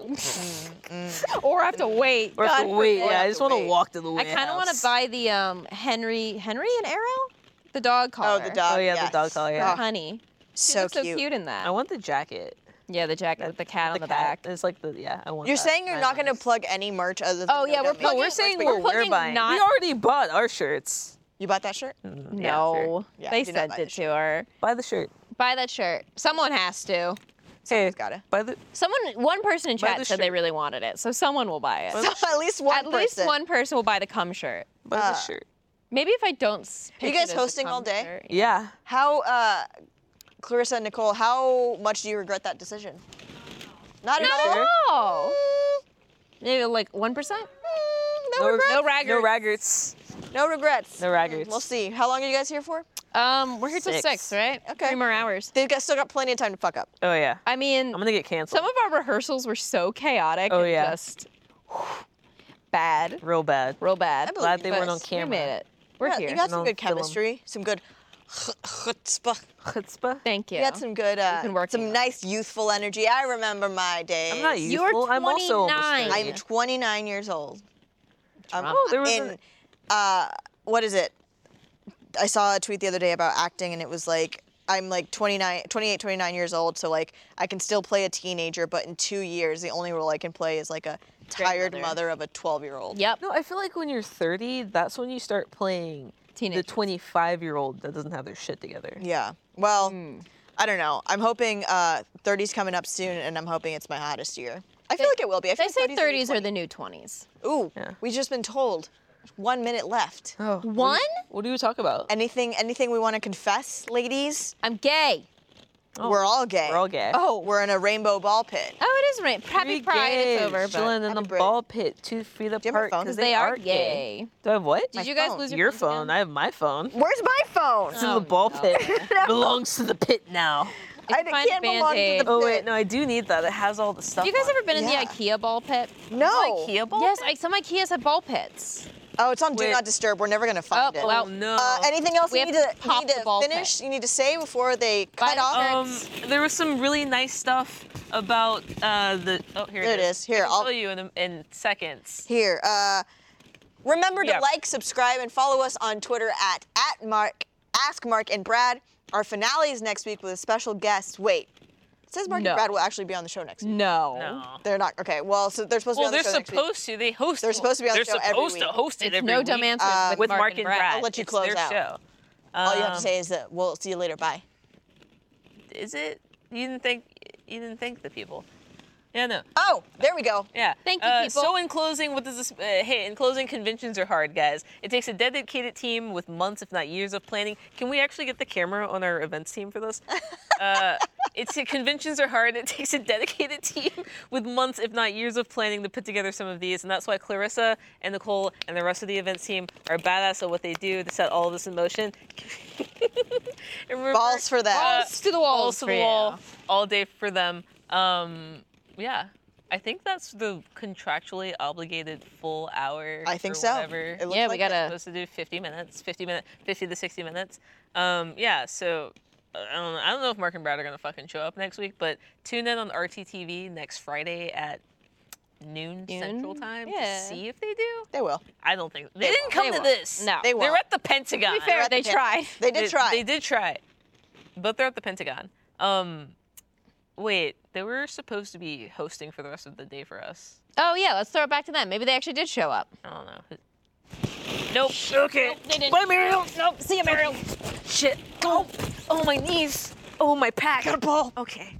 Speaker 2: or I have to wait.
Speaker 4: or have to
Speaker 2: God forbid.
Speaker 4: wait. Yeah,
Speaker 5: have
Speaker 4: I
Speaker 5: to
Speaker 4: just want to
Speaker 5: wait.
Speaker 4: walk to the
Speaker 2: I
Speaker 4: warehouse.
Speaker 2: kind of want to buy the um Henry Henry and Arrow, the dog
Speaker 5: Oh,
Speaker 2: collar.
Speaker 5: the dog.
Speaker 4: Oh, yeah, the
Speaker 5: yes.
Speaker 4: dog collar, yeah.
Speaker 2: Oh,
Speaker 5: Oh,
Speaker 2: honey. She
Speaker 5: so
Speaker 2: looks
Speaker 5: cute.
Speaker 2: so cute in that.
Speaker 4: I want the jacket.
Speaker 2: yeah, the jacket with the cat on the
Speaker 4: cat.
Speaker 2: back.
Speaker 4: It's like the yeah. I want.
Speaker 5: You're
Speaker 4: that.
Speaker 5: saying you're
Speaker 4: Nine
Speaker 5: not going to
Speaker 4: dollars.
Speaker 5: plug any merch other than.
Speaker 2: Oh, yeah, we're
Speaker 5: Domain.
Speaker 2: plugging-
Speaker 4: No, we're saying
Speaker 2: we're
Speaker 4: what we're
Speaker 2: plugging
Speaker 4: buying.
Speaker 2: not-
Speaker 4: We already bought our shirts.
Speaker 5: You bought that shirt?
Speaker 2: No,
Speaker 5: Yeah,
Speaker 2: they
Speaker 5: do not
Speaker 2: sent
Speaker 5: buy
Speaker 2: it
Speaker 5: the
Speaker 2: to her.
Speaker 4: Buy the shirt.
Speaker 2: Buy that shirt. Someone has to.
Speaker 4: Hey,
Speaker 5: gotta.
Speaker 4: Buy the.
Speaker 2: Someone, one person in chat
Speaker 4: the
Speaker 2: said they
Speaker 4: shirt.
Speaker 2: really wanted it, so someone will buy it.
Speaker 5: So at least one.
Speaker 2: At least
Speaker 5: person.
Speaker 2: one person will buy the cum shirt.
Speaker 4: Buy the shirt.
Speaker 2: Maybe if I don't. s-
Speaker 5: Are you
Speaker 2: pitch it
Speaker 5: guys
Speaker 2: as a
Speaker 5: hosting
Speaker 2: cum
Speaker 5: all day?
Speaker 2: shirt.
Speaker 4: Yeah.
Speaker 5: How, uh, Clarissa and Nicole, how much do you regret that decision? Not at
Speaker 2: Not
Speaker 5: all.
Speaker 2: at all. Maybe like one percent.
Speaker 5: No, regrets.
Speaker 2: no raggarts.
Speaker 4: No raggarts.
Speaker 5: No regrets.
Speaker 4: No raggarts.
Speaker 5: We'll see. How long are you guys here for?
Speaker 2: Um, we're here till
Speaker 4: Six.
Speaker 2: six, right?
Speaker 5: Okay.
Speaker 2: Three more hours.
Speaker 5: They've got, still got plenty of time to fuck up.
Speaker 4: Oh yeah.
Speaker 2: I mean,
Speaker 4: I'm gonna get canceled.
Speaker 2: some of our rehearsals were so chaotic.
Speaker 4: Oh,
Speaker 2: and
Speaker 4: yeah.
Speaker 2: Just bad,
Speaker 4: Real bad.
Speaker 2: real bad.
Speaker 5: believe Glad
Speaker 4: they weren't on
Speaker 2: But
Speaker 4: camera.
Speaker 2: We made it. We're
Speaker 5: Yeah,
Speaker 2: here.
Speaker 5: You got some
Speaker 4: No,
Speaker 5: good
Speaker 4: kill 'em.
Speaker 5: chemistry, some good chutzpah.
Speaker 4: Chutzpah.
Speaker 2: Thank you.
Speaker 5: You got some good, uh,
Speaker 2: been working on
Speaker 5: some
Speaker 2: it.
Speaker 5: nice youthful energy. I remember my days.
Speaker 4: I'm not
Speaker 2: You're
Speaker 4: youthful. I'm also almost
Speaker 2: 29.
Speaker 4: 30.
Speaker 5: I'm 29 years old. I'm
Speaker 4: Oh, there was
Speaker 5: in,
Speaker 4: a-
Speaker 5: uh, what is it? I saw a tweet the other day about acting, and it was like, I'm like 29, 28, 29 years old, so like I can still play a teenager, but in two years, the only role I can play is like a tired mother of a 12 year old.
Speaker 2: Yep.
Speaker 4: No, I feel like when you're 30, that's when you start playing
Speaker 2: Teenagers.
Speaker 4: the 25 year old that doesn't have their shit together.
Speaker 5: Yeah. Well,
Speaker 2: Hmm.
Speaker 5: I don't know. I'm hoping uh, 30's coming up soon, and I'm hoping it's my hottest year. I feel like it will be. I feel
Speaker 2: They say
Speaker 5: like
Speaker 2: 30s are the new 20s.
Speaker 5: Ooh, we've just been told. One minute left.
Speaker 2: One?
Speaker 4: What do you talk about?
Speaker 5: Anything, anything we want to confess, ladies?
Speaker 2: I'm gay.
Speaker 5: We're all gay.
Speaker 4: Oh, We're all gay.
Speaker 5: Oh, we're in a rainbow ball pit.
Speaker 2: Oh, it is right. Happy
Speaker 4: Three
Speaker 2: Pride. It's
Speaker 4: gays
Speaker 2: over. But
Speaker 4: Chilling in the
Speaker 5: Happy Pride.
Speaker 4: ball pit, two feet
Speaker 5: you have my
Speaker 4: apart
Speaker 5: phone?
Speaker 4: because
Speaker 2: they, are gay.
Speaker 4: Do I have what?
Speaker 2: Did you guys
Speaker 5: phone.
Speaker 2: lose your,
Speaker 4: your
Speaker 2: phones
Speaker 4: phone?
Speaker 2: again?
Speaker 4: I have my phone.
Speaker 5: Where's my phone?
Speaker 4: It's in the ball pit. Belongs to the pit now.
Speaker 5: I
Speaker 2: can find a
Speaker 5: can't belong to the
Speaker 2: Band-Aid.
Speaker 4: Oh wait, no, I do need that. It has all the stuff.
Speaker 2: Have you guys
Speaker 4: on it.
Speaker 2: ever been in
Speaker 5: Yeah.
Speaker 2: the IKEA ball pit?
Speaker 5: No.
Speaker 4: IKEA ball?
Speaker 2: Yes, I, some IKEAs have ball pits.
Speaker 5: Oh, it's on Do
Speaker 4: Wait.
Speaker 5: Not Disturb. We're never gonna find
Speaker 2: Oh,
Speaker 5: it.
Speaker 2: well,
Speaker 4: Oh no.
Speaker 5: Uh, anything else
Speaker 2: We
Speaker 5: you
Speaker 2: have
Speaker 5: need
Speaker 2: to
Speaker 5: to, you
Speaker 2: pop
Speaker 5: need
Speaker 2: the ball
Speaker 5: to
Speaker 2: pit. Oh.
Speaker 5: finish? You need to say before they
Speaker 2: Buy
Speaker 5: cut
Speaker 2: the
Speaker 5: off?
Speaker 2: shirt.
Speaker 4: um, there was some really nice stuff about uh, the. Oh, here
Speaker 5: There
Speaker 4: it
Speaker 5: it is. Here,
Speaker 4: I'll
Speaker 5: I'll-
Speaker 4: tell you in, a, in seconds.
Speaker 5: Here. Uh, remember to
Speaker 4: Yeah.
Speaker 5: like, subscribe, and follow us on Twitter at at Mark Ask Mark and Brad. Our finale is next week with a special guest. Wait, it says Mark
Speaker 2: No.
Speaker 5: and Brad will actually be on the show next week.
Speaker 2: No.
Speaker 4: No.
Speaker 5: They're not. Okay. Well, so they're supposed
Speaker 4: Well,
Speaker 5: to be
Speaker 4: they're
Speaker 5: on the show next week.
Speaker 4: supposed to. They host.
Speaker 5: They're supposed to be on the
Speaker 4: They're
Speaker 5: show every
Speaker 4: supposed to
Speaker 5: week. Uh,
Speaker 4: host it
Speaker 2: It's
Speaker 4: every
Speaker 2: no
Speaker 4: week
Speaker 2: dumb answers with,
Speaker 4: with Mark and Brad.
Speaker 5: I'll let you
Speaker 4: It's
Speaker 5: close
Speaker 4: their
Speaker 5: out.
Speaker 4: Show.
Speaker 5: All you have
Speaker 4: Um,
Speaker 5: to say is that we'll see you later. Bye.
Speaker 4: Is it? You didn't think? You didn't thank the people. Yeah, no.
Speaker 5: Oh, there we go.
Speaker 4: Yeah.
Speaker 2: Thank you,
Speaker 4: Uh,
Speaker 2: people.
Speaker 4: So in closing, what does this? Uh, hey, in closing, conventions are hard, guys. It takes a dedicated team with months, if not years, of planning. Can we actually get the camera on our events team for this? uh, it's conventions are hard. It takes a dedicated team with months, if not years, of planning to put together some of these, and that's why Clarissa and Nicole and the rest of the events team are badass at what they do to set all of this in motion. And uh, we're-
Speaker 5: Balls for that.
Speaker 2: Balls to the walls
Speaker 4: balls to
Speaker 2: for
Speaker 4: the
Speaker 2: you.
Speaker 4: wall all day for them. Um, yeah, I think that's the contractually obligated full hour.
Speaker 5: I think
Speaker 4: or
Speaker 5: so.
Speaker 4: Whatever.
Speaker 5: It looks
Speaker 2: Yeah, we
Speaker 5: like
Speaker 2: gotta-
Speaker 5: it.
Speaker 4: Supposed to do 50 minutes, 50 minute, 50 to 60 minutes. Um, yeah, so uh, I don't, know, I don't know if Mark and Brad are gonna fucking show up next week, but tune in on RTTV next Friday at noon, Central
Speaker 2: Noon?
Speaker 4: Time
Speaker 2: Yeah.
Speaker 4: to see if they do.
Speaker 5: They will.
Speaker 4: I don't think they,
Speaker 5: They
Speaker 4: didn't
Speaker 5: won't.
Speaker 4: come
Speaker 2: They won't.
Speaker 4: to this.
Speaker 2: No.
Speaker 5: They
Speaker 4: they're
Speaker 5: won't.
Speaker 4: at the Pentagon.
Speaker 2: To be fair,
Speaker 5: at the
Speaker 2: they
Speaker 5: pit.
Speaker 2: tried.
Speaker 5: They did try.
Speaker 4: They did try, but they're at the Pentagon. Um, wait, they were supposed to be hosting for the rest of the day for us.
Speaker 2: Oh yeah, let's throw it back to them. Maybe they actually did show up.
Speaker 4: I don't know. Nope. Okay.
Speaker 2: Nope, they didn't.
Speaker 4: Bye, Muriel.
Speaker 2: Nope. See you, Meryl.
Speaker 4: Shit. Oh, oh my knees. Oh my pack. Got a ball. Okay.